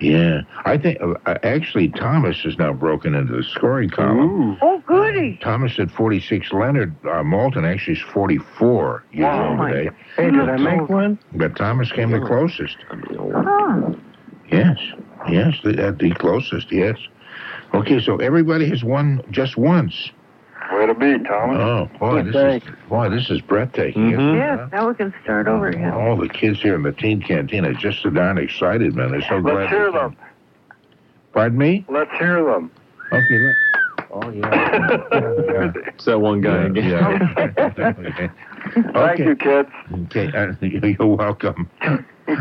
Yeah. I think, uh, uh, actually, Thomas is now broken into the scoring column. Oh, goody. Thomas at 46. Leonard uh, Malton actually is 44 years Wow. Oh old today. Hey, did I make one? But Thomas came the closest. Huh. Yes, yes, the, uh, the closest, yes. Okay, so everybody has won just once. Way to be, Thomas. Oh boy, Good this is boy, this is Mm-hmm. breathtaking. isn't it, huh? Yeah, now we can start over again. All the kids here in the teen canteen are just so darn excited, man. They're so glad. Let's hear they- them. Pardon me? Let's hear them. Okay. Let, oh yeah. yeah. It's that one guy again. yeah. okay. Thank you, kids. Okay. Uh, you're welcome.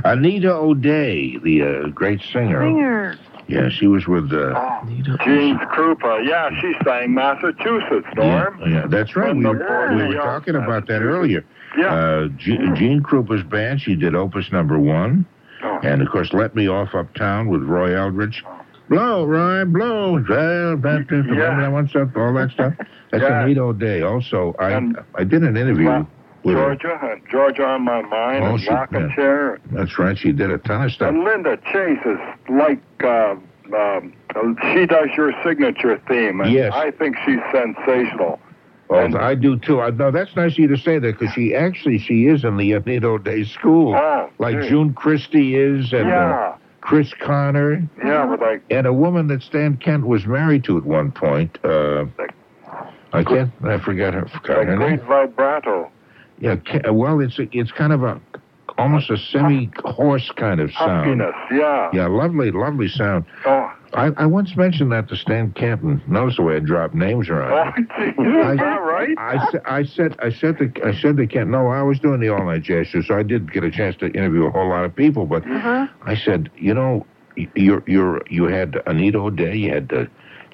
Anita O'Day, the uh, great singer. Singer. Yeah, she was with. Uh, Jeans Krupa. Yeah, she sang Massachusetts, Norm. Yeah, that's right. We were, we were talking about that earlier. Yeah. Uh, Gene, Gene Krupa's band, she did Opus Number One. Oh, And of course, Let Me Off Uptown with Roy Eldridge. Blow, Roy, blow, drive, Baptist, remember that one stuff, all that stuff. That's Yeah. a neat old day. Also, I I did an interview with her. Georgia, and Georgia on my mind, Oh, and she- Rockin' yeah. Chair, That's right. She did a ton of stuff. And Linda Chase is like, uh, um, she does your signature theme. And Yes. I think she's sensational. Oh, I do too. I, no, that's nice of you to say that because she actually she is in the Anito Day School, Oh, like gee. June Christie is, and Yeah. uh, Chris Connor. Yeah, but like, and a woman that Stan Kent was married to at one point. Uh, I can't. I forgot her. Forgot like her Oh, great name. vibrato. Yeah. Ke- uh, Well, it's a, it's kind of a almost a semi hoarse kind of sound. Huskiness, yeah. Yeah, lovely, lovely sound. Oh, I, I once mentioned that to Stan Kenton. Notice the way I dropped names around. oh geez. Is that right? I, sa- I said I said to I said to Kent, no, I was doing the all night jazz show, so I did get a chance to interview a whole lot of people. But Uh-huh. I said, you know, you you you had Anita O'Day, you had uh,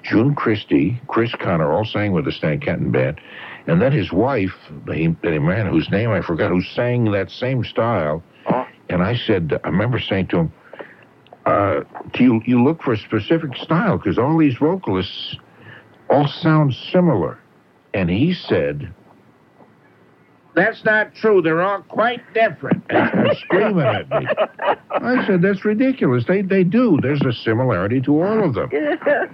June Christie, Chris Connor, all sang with the Stan Kenton band, and then his wife, he, a man whose name I forgot, who sang that same style. Oh. And I said, I remember saying to him, uh, do you you look for a specific style because all these vocalists all sound similar. And he said, That's not true. They're all quite different. And he was screaming at me. I said, That's ridiculous. They, they do. There's a similarity to all of them.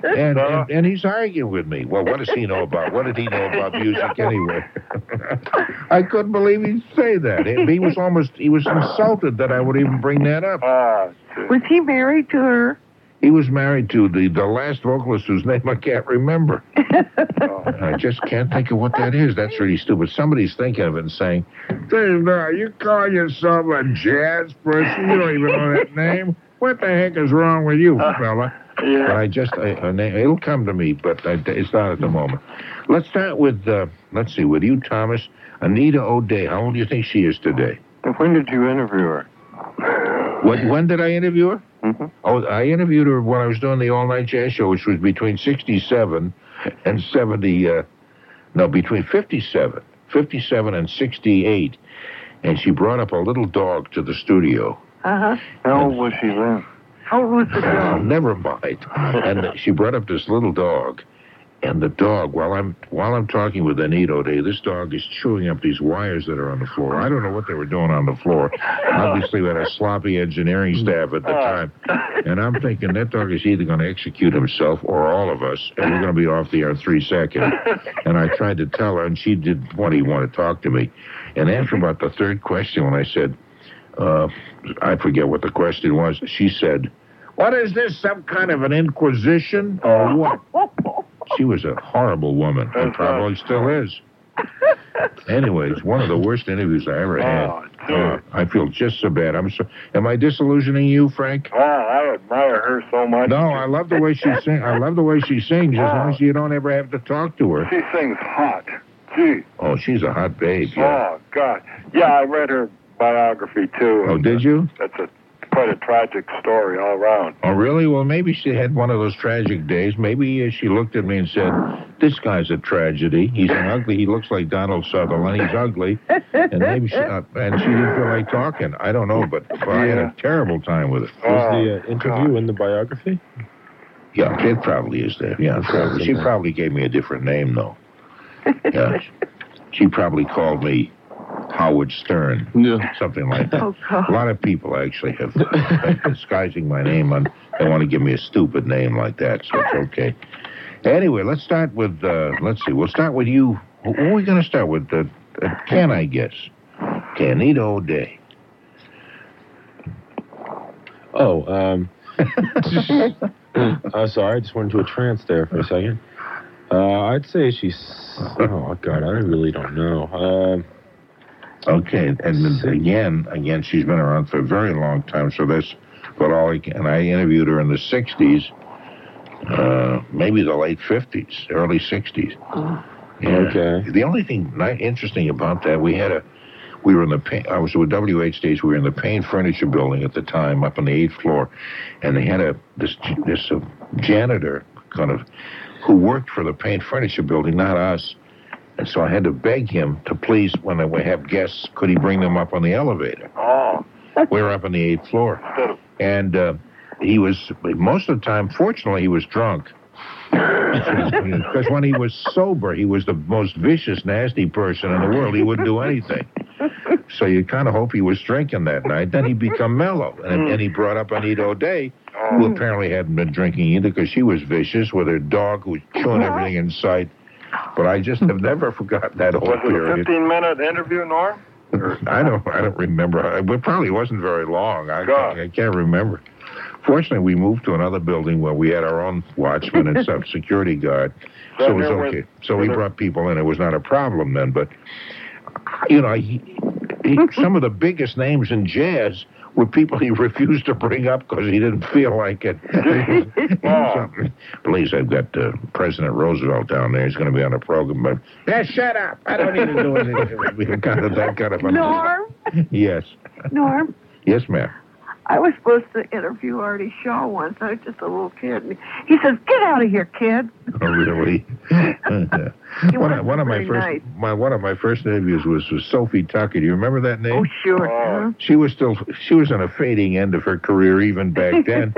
And, and, and he's arguing with me. Well, what does he know about? What did he know about music anyway? I couldn't believe he'd say that. He was almost, he was insulted that I would even bring that up. Oh, Was he married to her? He was married to the, the last vocalist whose name I can't remember. Oh, I just can't think of what that is. That's really stupid. Somebody's thinking of it and saying, Dave, now, you call yourself a jazz person? You don't even know that name. What the heck is wrong with you, fella? Yeah. But I just, I, I, it'll come to me, but I, it's not at the moment. Let's start with, uh, let's see, with you, Thomas. Anita O'Day, how old do you think she is today? When did you interview her? When, when did I interview her? Mhm. Oh, I interviewed her when I was doing the all night jazz show, which was between 67 and 70, uh, no, between 57, 57 and 68. And she brought up a little dog to the studio. Uh huh. How old was she then? How old was the Oh, never mind. And she brought up this little dog, and the dog, while I'm while I'm talking with Anito today, this dog is chewing up these wires that are on the floor. I don't know what they were doing on the floor. Obviously, we had a sloppy engineering staff at the time, and I'm thinking that dog is either going to execute himself or all of us, and we're going to be off the air in three seconds. And I tried to tell her, and she didn't want to want to talk to me. And after about the third question, when I said, uh, I forget what the question was, she said. What is this? Some kind of an inquisition or what? She was a horrible woman and probably still is. Anyways, one of the worst interviews I Oh, ever had. Uh, I feel just so bad. I'm so. Am I disillusioning you, Frank? Wow, I admire her so much. No, I love the way she sings. I love the way she sings. As long as you don't ever have to talk to her. She sings hot. Gee. Oh, she's a hot babe. Yeah. Oh God. Yeah, I read her biography too. uh, Oh, did you? That's a quite a tragic story all around. Oh, really? Well, maybe she had one of those tragic days. Maybe uh, she looked at me and said, "This guy's a tragedy. He's an ugly. He looks like Donald Sutherland. He's ugly." And maybe she uh, and she didn't feel like talking. I don't know, but uh, I had a terrible time with it. Oh, Was the uh, interview in the biography? Yeah, it probably is there. Yeah, it probably. She probably gave me a different name though. Yeah. She probably called me Howard Stern. Yeah. Something like that. Oh, a lot of people actually have uh, been disguising my name on they want to give me a stupid name like that, so it's okay. Anyway, let's start with uh, let's see, we'll start with you. Who who are we gonna start with? Uh, uh, can I guess? Canito O'Day. Oh, um, uh, sorry, I just went into a trance there for a second. Uh, I'd say she's. Oh God, I really don't know. Um, Okay, and then again, again, she's been around for a very long time. So that's what all I can. And I interviewed her in the '60s, uh, maybe the late '50s, early '60s. Okay. The only thing ni- interesting about that, we had a, we were in the paint. I was with WH Days. We were in the Payne Furniture Building at the time, up on the eighth floor, and they had a this this uh, janitor kind of who worked for the Payne Furniture Building, not us. And so I had to beg him to please, when we have guests, could he bring them up on the elevator? Oh. We were up on the eighth floor. And uh, he was, most of the time, fortunately, he was drunk. Because when he was sober, he was the most vicious, nasty person in the world. He wouldn't do anything. So you kind of hope he was drinking that night. Then he become mellow, and, and he brought up Anita O'Day, who apparently hadn't been drinking either, because she was vicious with her dog who was chewing everything in sight. But I just have never forgotten that whole Was it a period. 15 minute interview, Norm? I don't, I don't remember. It probably wasn't very long. I, I can't remember. Fortunately, we moved to another building where we had our own watchman and sub security guard, so it was Then there was- okay. So we brought people in. It was not a problem then. But you know, he, he, some of the biggest names in jazz were people he refused to bring up because he didn't feel like it. Oh. Something. Please, I've got uh, President Roosevelt down there. He's going to be on a program, but Yeah, shut up. I don't need to do anything. we kind of that kind of a Norm, yes, Norm. yes, ma'am. I was supposed to interview Artie Shaw once. I was just a little kid. and He says, "Get out of here, kid." Oh, really? one, of, one of my pretty first nice. my one of my first interviews was with Sophie Tucker. Do you remember that name? Oh, sure. She was still she was on a fading end of her career even back then.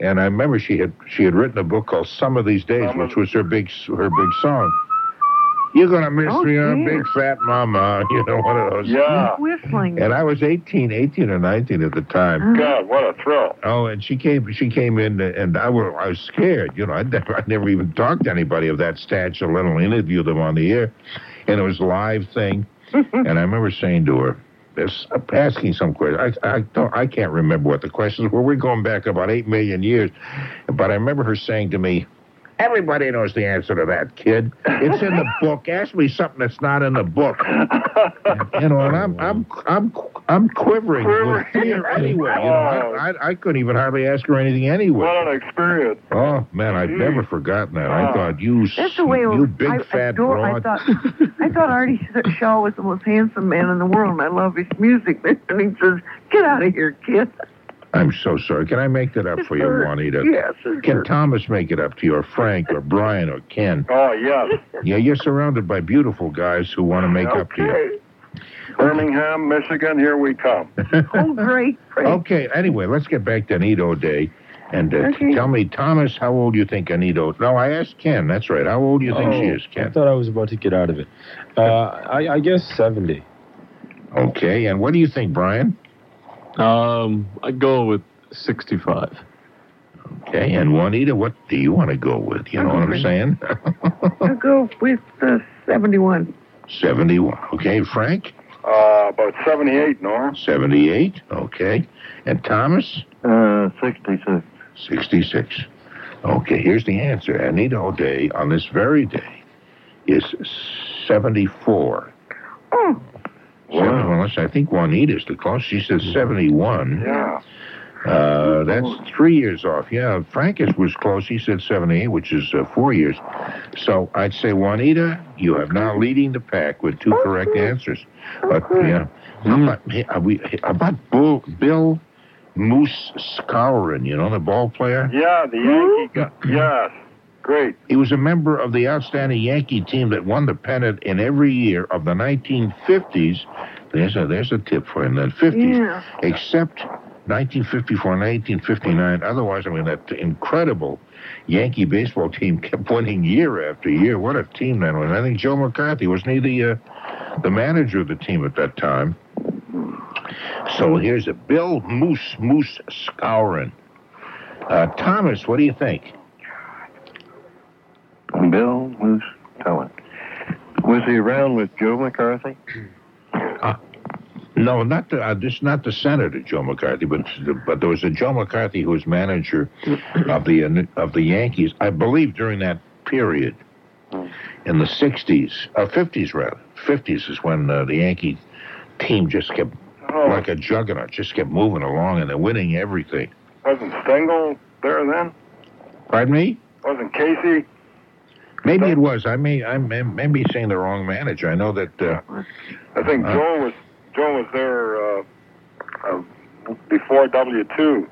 and I remember she had she had written a book called Some of These Days, which was her big s- her big song. You're gonna miss Oh, me, uh, dear. big fat mama. You know, one of those. Whistling. And I was 18, 18 or 19 at the time. God, what a thrill. Oh, and she came. She came in, and I were I was scared. You know, I never, I never even talked to anybody of that stature, let alone interview them on the air. And it was a live thing. and I remember saying to her, this, asking some question. I I don't I can't remember what the questions were. We're going back about eight million years, but I remember her saying to me, "Everybody knows the answer to that, kid. It's in the book. Ask me something that's not in the book." you know, and I'm I'm I'm I'm quivering with fear anyway. You know, I, I I couldn't even hardly ask her anything anyway. What an experience. Oh man, I've never forgotten that. I Wow. thought you That's the way it was. you big I, fat adore, I broad. thought I thought Artie Shaw was the most handsome man in the world, and I love his music. And he says, "Get out of here, kid." I'm so sorry. Can I make that up for you, Juanita? Yes, Can Thomas make it up to you, or Frank, or Brian, or Ken? Oh, yes. Yeah, you're surrounded by beautiful guys who want to make up to you. Birmingham, Michigan, here we come. oh, great, great. Okay, anyway, let's get back to Anito Day. And uh, Okay. tell me, Thomas, how old you think Anito? No, I asked Ken. That's right. How old do you think she Oh, is, Ken? I thought I was about to get out of it. Uh, I, I guess 70. Okay, and what do you think, Brian? Um, I go with 65. Okay, and Juanita, what do you want to go with? You know what I'm saying? I'll go with the 71. 71. Okay, Frank? Uh, about 78, Norm. 78. Okay. And Thomas? Uh, 66. 66. Okay, here's the answer. Anito Day, on this very day, is 74. Oh. Well, unless I think Juanita's the close. She says 71. Yeah. Uh, that's three years off. Yeah, Frankus was close. He said 78, which is uh, four years. So I'd say, Juanita, you have now leading the pack with two correct answers. But, yeah. How about, hey, are we, hey, about Bull, Bill Moose Scourin, you know, the ball player? Yeah, the Yankee guy. Yes. Great. He was a member of the outstanding Yankee team that won the pennant in every year of the 1950s. There's a, there's a tip for him, the 50s Yeah. except 1954 and 1959. Otherwise, I mean, that incredible Yankee baseball team kept winning year after year. What a team that was. I think Joe McCarthy, wasn't he the, uh, the manager of the team at that time? So here's a Bill Moose Moose Scourin. Uh, Thomas, what do you think? Bill Moose Talent. Was he around with Joe McCarthy? No, not the, uh, this, not the senator Joe McCarthy, but but there was a Joe McCarthy who was manager of the uh, of the Yankees, I believe, during that period in the '60s, uh, '50s rather. '50s is when uh, the Yankee team just kept Oh. like a juggernaut, just kept moving along, and they're winning everything. Wasn't Stengel there then? Pardon me? Wasn't Casey? Maybe it was. I may I may, may be saying the wrong manager. I know that. Uh, I think Uh, Joel was Joel was there uh, uh, before W two.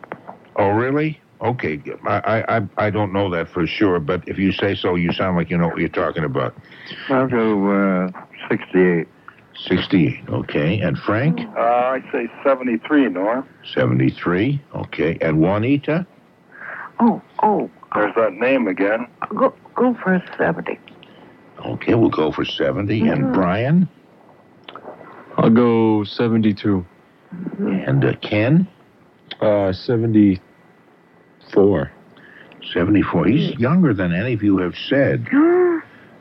Oh, really? Okay. I, I, I- I don't know that for sure, but if you say so, you sound like you know what you're talking about. I'll go uh, 68. 68, okay. And Frank, Uh, I'd say seventy three, Norm. 73, okay. And Juanita, Oh, oh, There's that name again. go, go for 70. okay, we'll go for 70. And Brian, I'll go 72. And uh, Ken? Uh, 74. 74. He's younger than any of you have said.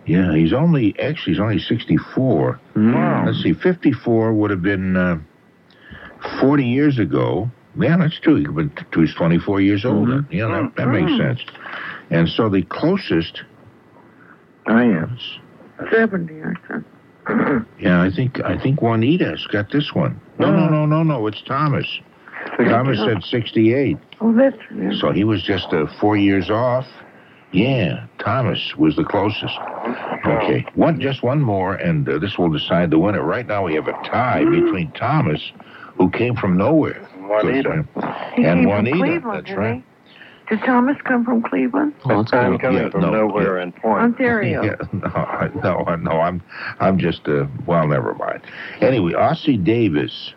Yeah, he's only, actually, he's only 64. Let's see, 54 would have been uh, 40 years ago. Yeah, that's true. He could have been- He's 24 years old. Mm-hmm. Yeah, that, Oh, that makes sense. And so the closest I am. 70, I said. Yeah, I think I think Juanita's got this one. No, Oh. no, no, no, no. It's Thomas. Thomas said sixty-eight, Oh, that's so he was just uh, four years off. Yeah, Thomas was the closest. Okay, one just one more, and uh, this will decide the winner. Right now, we have a tie between Thomas, who came from nowhere, uh, Juanita. He and came Juanita. from Cleveland, that's did right. he? Did Thomas come from Cleveland? Oh, I'm coming Yeah, from no, nowhere yeah. in point. Ontario. Yeah, no, I- no, I- no. I'm, I'm just. Uh, well, never mind. Anyway, Ossie Davis.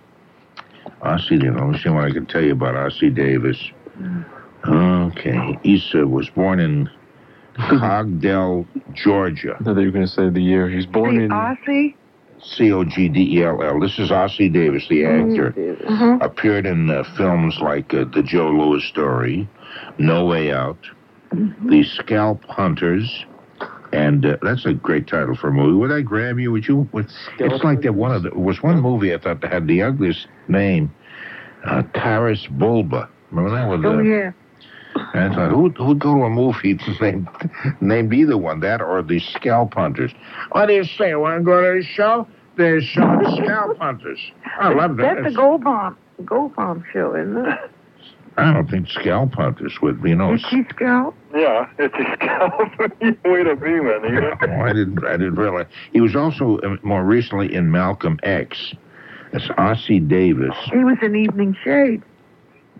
Ossie Davis. Let me see what I can tell you about Ossie Davis. Okay, he uh, was born in Cogdell, Georgia. I thought you were going to say the year. He's born The in. Aussie? C O G D E L L. This is Ossie Davis, the actor. Mhm. Appeared in uh, films like uh, The Joe Lewis Story, No Way Out, The Scalp Hunters, and uh, that's a great title for a movie. Would I grab you? Would you? Would, it's like that one of the was one movie I thought that had the ugliest name, uh, Taris Bulba. Remember that with Oh, uh, yeah. and I thought, who'd, who'd go to a movie named, named either one, that or the Scalp Hunters? What do you say? Want to go to the show? There's some Scalp Hunters. I love that. That's a gold bomb, gold bomb show, isn't it? I don't think Scalp Hunters would be, you know. Itchy Scout? Yeah, it's his California way to be, man. You know? Oh, I didn't. I didn't realize he was also uh, more recently in Malcolm X. That's Ossie Davis. He was in Evening Shade.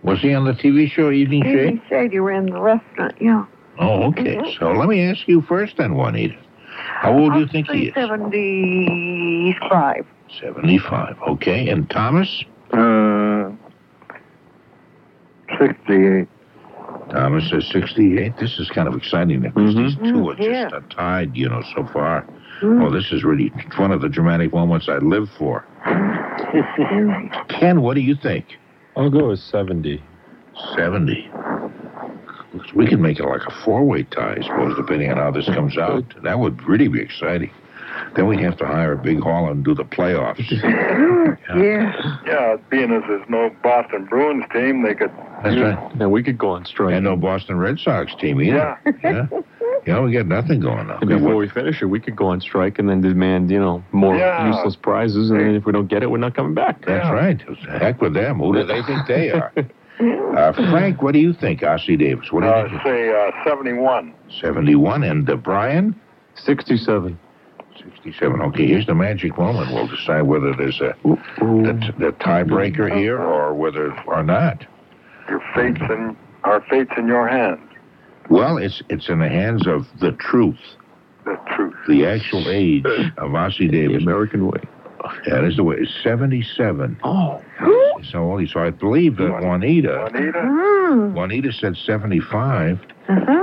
Was he on the TV show Evening Shade? Evening Shade, you were in the restaurant, yeah. Oh, okay. Mm-hmm. So let me ask you first, then, Juanita. How old do you think he is? 75. 75. Okay. And Thomas? Uh, 68. Thomas says 68. This is kind of exciting because these two are just yeah. uh, tied, you know, so far. Mm. Oh, this is really one of the dramatic moments I live for. Mm-hmm. Ken, what do you think? I'll go with 70. 70. We can make it like a four way tie, I suppose, depending on how this comes out. That would really be exciting. Then we'd have to hire a big hall and do the playoffs. Yeah. Yeah, being as there's no Boston Bruins team, they could. That's right. Now we could go on strike. And no Boston Red Sox team either. Yeah. Yeah. Yeah, we got nothing going on. And before we finish it, we could go on strike and then demand, you know, more Yeah. useless prizes. And then if we don't get it, we're not coming back. That's right. Heck with them. Who do they think they are? Uh, Frank, what do you think, Ossie Davis? What do you Uh, think? say uh, 71. 71. And uh, Brian? 67. 67. Okay, here's the magic moment. We'll decide whether there's a the, the tiebreaker here or whether or not. Your fates and our fates in your hands. Well, it's it's in the hands of the truth. The truth. The actual age of Ossie Davis. American way. That is the way. It's 77. Oh. So, only- so I believe that Juanita. Juanita? Mm-hmm. Juanita said 75.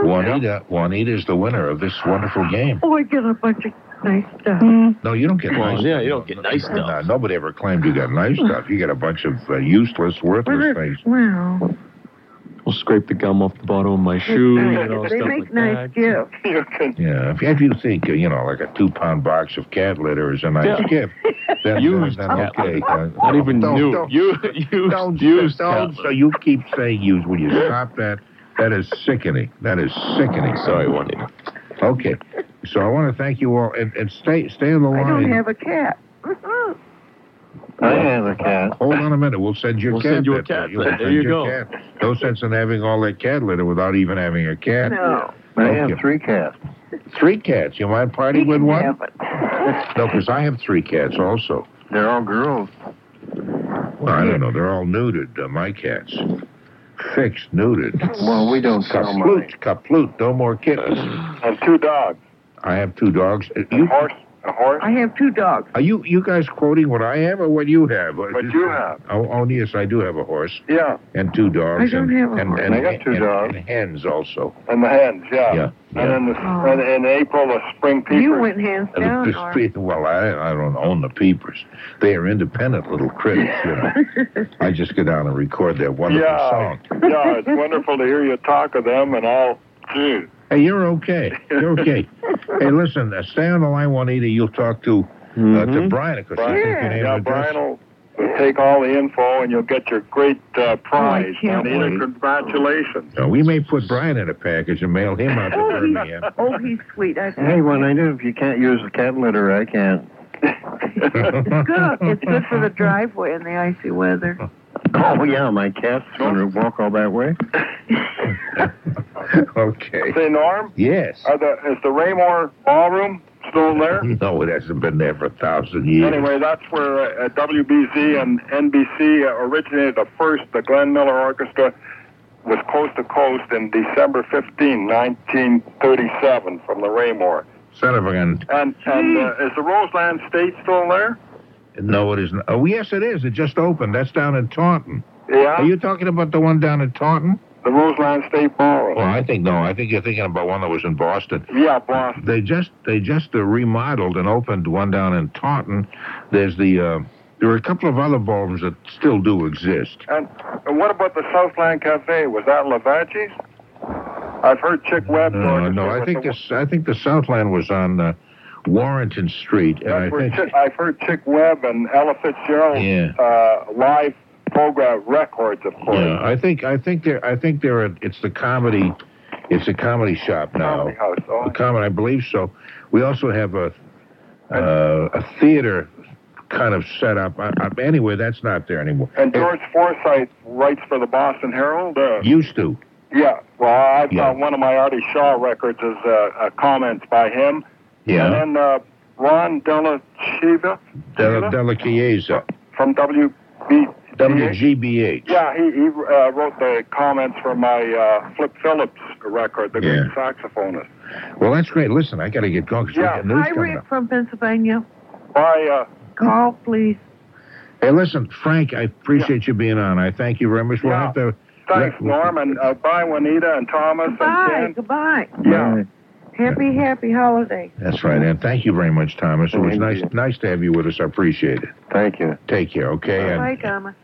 Juanita, Juanita is the winner of this wonderful game. Uh-huh. Oh, I get a bunch of nice stuff. No, you don't get Well, nice. yeah, you don't get nice stuff. No, nobody ever claimed you got nice stuff. You got a bunch of uh, useless, worthless things. Wow. We'll scrape the gum off the bottom of my shoe. You know, they stuff make like nice gifts. Yeah, if, if you think uh, you know, like a two-pound box of cat litter is a nice Yeah. gift, then, Used then, cat okay. uh, Not even don't, new. Don't, You used, don't, used don't. cat So you keep saying used. Will you stop that? That is sickening. That is sickening. Sorry, Juanita. Okay, so I want to thank you all, and, and stay stay on the I don't line. have a cat. Mm-hmm. I have a cat. Hold on a minute. We'll send you a We'll cat. send you a litter. cat You'll litter. There send you your go. cat. No sense in having all that cat litter without even having a cat. No. I have three cats. Three cats. You mind partying with one? No, because I have three cats also. They're all girls. Well, I don't know. They're all neutered. Uh, my cats. Fixed, neutered. Well, we don't sell kaplut, kaplut. No more kittens. And two dogs. I have two dogs. Uh, You, horse. A horse. I have two dogs. Are you you guys quoting what I have or what you have? What you have. Oh, oh, yes, I do have a horse. Yeah. and two dogs. I don't and, have a and, horse. And, I got two and- dogs. And hens also. And the hens, yeah. Yeah, And then the, and in April, the spring peepers. Oh. You went hands down. Just be- well, I, I don't own the peepers. They are independent little critics, you know. I just go down and record their wonderful yeah. song. yeah, it's wonderful to hear you talk of them and all. Gee. Hey, you're okay. You're okay. hey, listen, uh, stay on the line, Juanita. You'll talk to uh, to Brian, of course. you think your name yeah, and address. Mm-hmm. Brian will will take all the info and you'll get your great Oh, uh, prize. Juanita, congratulations. Uh, we may put Brian in a package and mail him out to Birmingham. Oh, he's sweet. I Hey, Juanita, if you can't use the cat litter, I can't. It's good. It's good for the driveway in the icy weather. Oh, yeah, my cat's going to walk all that way. okay. Say, Norm, Yes. are the, is the Raymore Ballroom still there? No, it hasn't been there for a thousand years. Anyway, that's where uh, WBZ and NBC originated the first. The Glenn Miller Orchestra was coast to coast in December 15, 1937, from the Raymore. Son of a gun. And, and uh, is the Roseland State still there? No, it isn't. Oh, yes, it is. It just opened. That's down in Taunton. Yeah. Are you talking about the one down in Taunton? The Roseland State Ballroom. Well, Oh, I think no. I think you're thinking about one that was in Boston. Yeah, Boston. They just they just uh, remodeled and opened one down in Taunton. There's the uh, there are a couple of other ballrooms that still do exist. And what about the Southland Cafe? Was that Lavachi's? I've heard Chick Webb. Uh, no, I think this I think the Southland was on uh, Warrenton Street, and I That's where think Chick, I've heard Chick Webb and Ella Fitzgerald Yeah. uh, live program records, of course. yeah, I think I think they're I think they're a, it's the comedy it's a comedy shop now. Comedy house. Oh, a common, I believe so. We also have a uh, a theater kind of set up. I, I, anyway, that's not there anymore. And George Forsyth writes for the Boston Herald. Uh, Used to. yeah. Well, I Yeah. found one of my Artie Shaw records is uh, uh, comments by him. Yeah. And then uh, Ron Della Chiva Della, Della Chiesa. from WB. WGBH. Yeah, he, he uh, wrote the comments for my uh, Flip Phillips record, the Yeah. great saxophonist. Well, that's great. Listen, I got to get going 'cause we got news Hi, coming Rick up. from Pennsylvania. By uh, call, please? Hey, listen, Frank, I appreciate you being on. I thank you very much. We'll have to. Thanks, Norm, and uh, bye, Juanita and Thomas Bye. and Ken. Goodbye. Yeah. Happy, happy holiday. That's right, and thank you very much, Thomas. It was nice, nice to have you with us. I appreciate it. Thank you. Take care, okay? And, Bye, Thomas.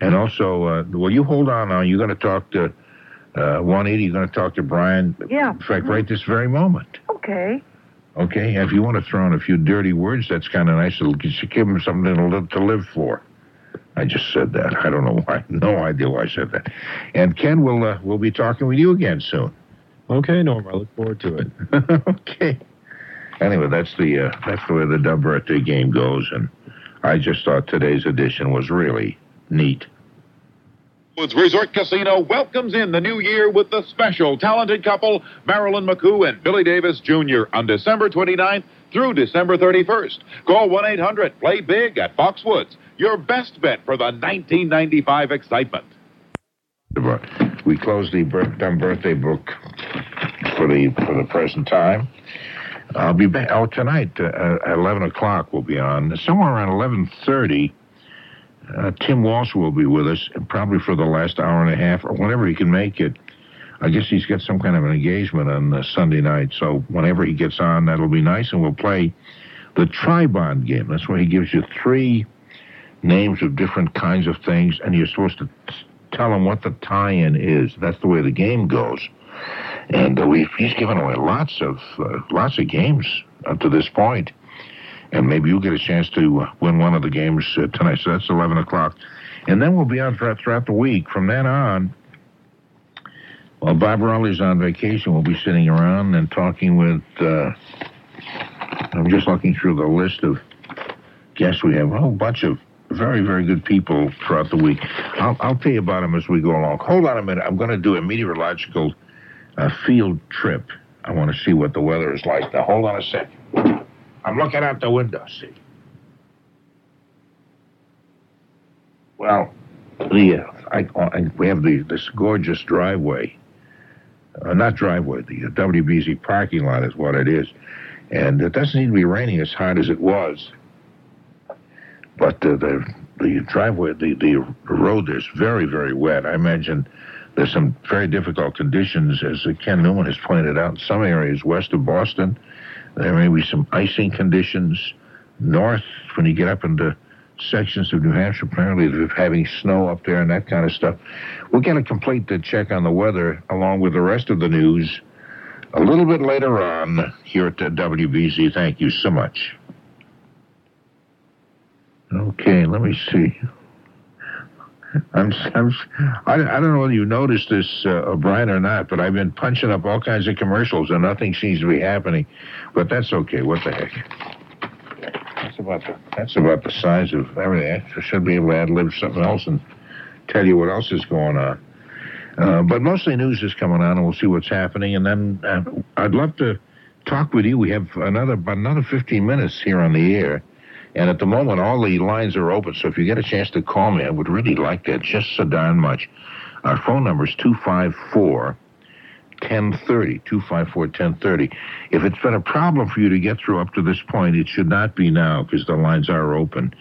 and also, uh, will you hold on? Now you're going to talk to uh, Juanita. You're going to talk to Brian. Yeah. In fact, right this very moment. Okay. Okay, if you want to throw in a few dirty words, that's kind of nice. It'll just give them something to live, to live for. I just said that. I don't know why. No idea why I said that. And Ken, we'll uh, we'll be talking with you again soon. Okay, Norm. I look forward to it. okay. Anyway, that's the uh, that's the way the Dub birthday game goes, and I just thought today's edition was really neat. Woods Resort Casino welcomes in the new year with the special talented couple Marilyn McCoo and Billy Davis Jr. on December 29th through December 31st. Call 1 800 Play Big at Foxwoods, your best bet for the 1995 excitement. We close the bir- Dumb Birthday book for the for the present time. I'll be back. Oh, tonight uh, at eleven o'clock we'll be on somewhere around eleven thirty. Uh, Tim Walsh will be with us and probably for the last hour and a half or whenever he can make it. I guess he's got some kind of an engagement on uh, Sunday night, so whenever he gets on, that'll be nice, and we'll play the Tribond game. That's where he gives you three names of different kinds of things, and you're supposed to tell him what the tie-in is. That's the way the game goes. And uh, we've he's given away lots of uh, lots of games up to this point, and maybe you'll get a chance to uh, win one of the games uh, tonight. So that's eleven o'clock, and then we'll be on throughout, throughout the week. From then on, while Bob Riley's on vacation, we'll be sitting around and talking with. Uh, I'm just looking through the list of guests we have. A whole bunch of very, very good people throughout the week. I'll, I'll tell you about them as we go along. Hold on a minute. I'm going to do a meteorological uh, field trip. I want to see what the weather is like. Now, hold on a second. I'm looking out the window, see. Well, the, uh, I, I, we have the, this gorgeous driveway. Uh, not driveway, the WBZ parking lot is what it is. And it doesn't seem to be raining as hard as it was. But uh, the the driveway, the the road is very very wet. I imagine there's some very difficult conditions, as uh, Ken Newman has pointed out. In some areas west of Boston, there may be some icing conditions. North, when you get up into sections of New Hampshire, apparently they're having snow up there and that kind of stuff. We'll get a complete uh, check on the weather along with the rest of the news a little bit later on here at uh, WBZ. Thank you so much. Okay, let me see. I'm, I'm, I, I don't know whether you noticed this, uh, O'Brien, or not, but I've been punching up all kinds of commercials and nothing seems to be happening. But that's okay. What the heck? That's about the, that's about the size of everything. I should be able to ad lib something else and tell you what else is going on. Uh, but mostly news is coming on, and we'll see what's happening. And then uh, I'd love to talk with you. We have another about another 15 minutes here on the air. And at the moment, all the lines are open. So if you get a chance to call me, I would really like that just so darn much. Our phone number is 254 1030. 254 1030. If it's been a problem for you to get through up to this point, it should not be now because the lines are open.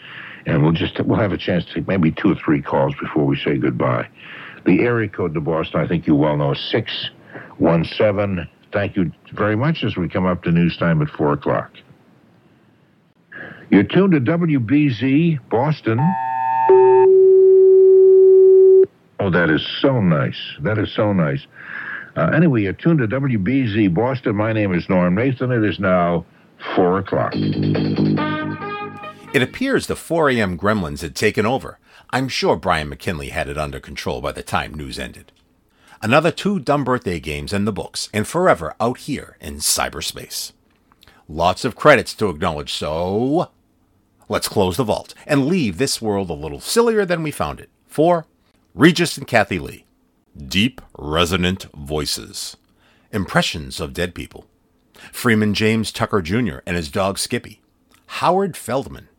And we'll just we'll have a chance to take maybe two or three calls before we say goodbye. The area code to Boston, I think you well know, is 617. Thank you very much as we come up to news time at 4 o'clock. You're tuned to WBZ Boston. Oh, that is so nice. That is so nice. Uh, anyway, you're tuned to WBZ Boston. My name is Norm Nathan. It is now 4 o'clock. It appears the 4 a.m. gremlins had taken over. I'm sure Brian McKinley had it under control by the time news ended. Another two dumb birthday games in the books, and forever out here in cyberspace. Lots of credits to acknowledge, so let's close the vault and leave this world a little sillier than we found it. For Regis and Kathy Lee, Deep Resonant Voices, Impressions of Dead People, Freeman James Tucker Jr. and his dog Skippy, Howard Feldman,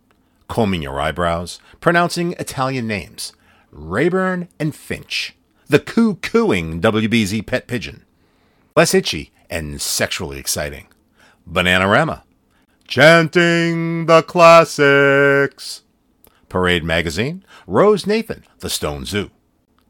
combing your eyebrows, pronouncing Italian names, Rayburn and Finch, the coo cooing WBZ pet pigeon, less itchy and sexually exciting, Bananarama, Chanting the Classics. Parade Magazine, Rose Nathan, The Stone Zoo.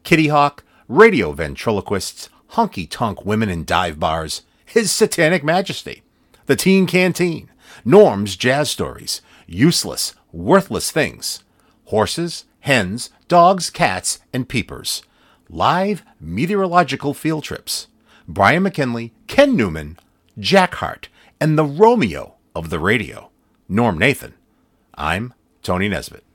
Kitty Hawk, Radio Ventriloquists, Honky Tonk Women in Dive Bars, His Satanic Majesty, The Teen Canteen, Norm's Jazz Stories, Useless, Worthless Things, Horses, Hens, Dogs, Cats, and Peepers, Live Meteorological Field Trips, Brian McKinley, Ken Newman, Jack Hart, and the Romeo of the Radio, Norm Nathan. I'm Tony Nesbitt.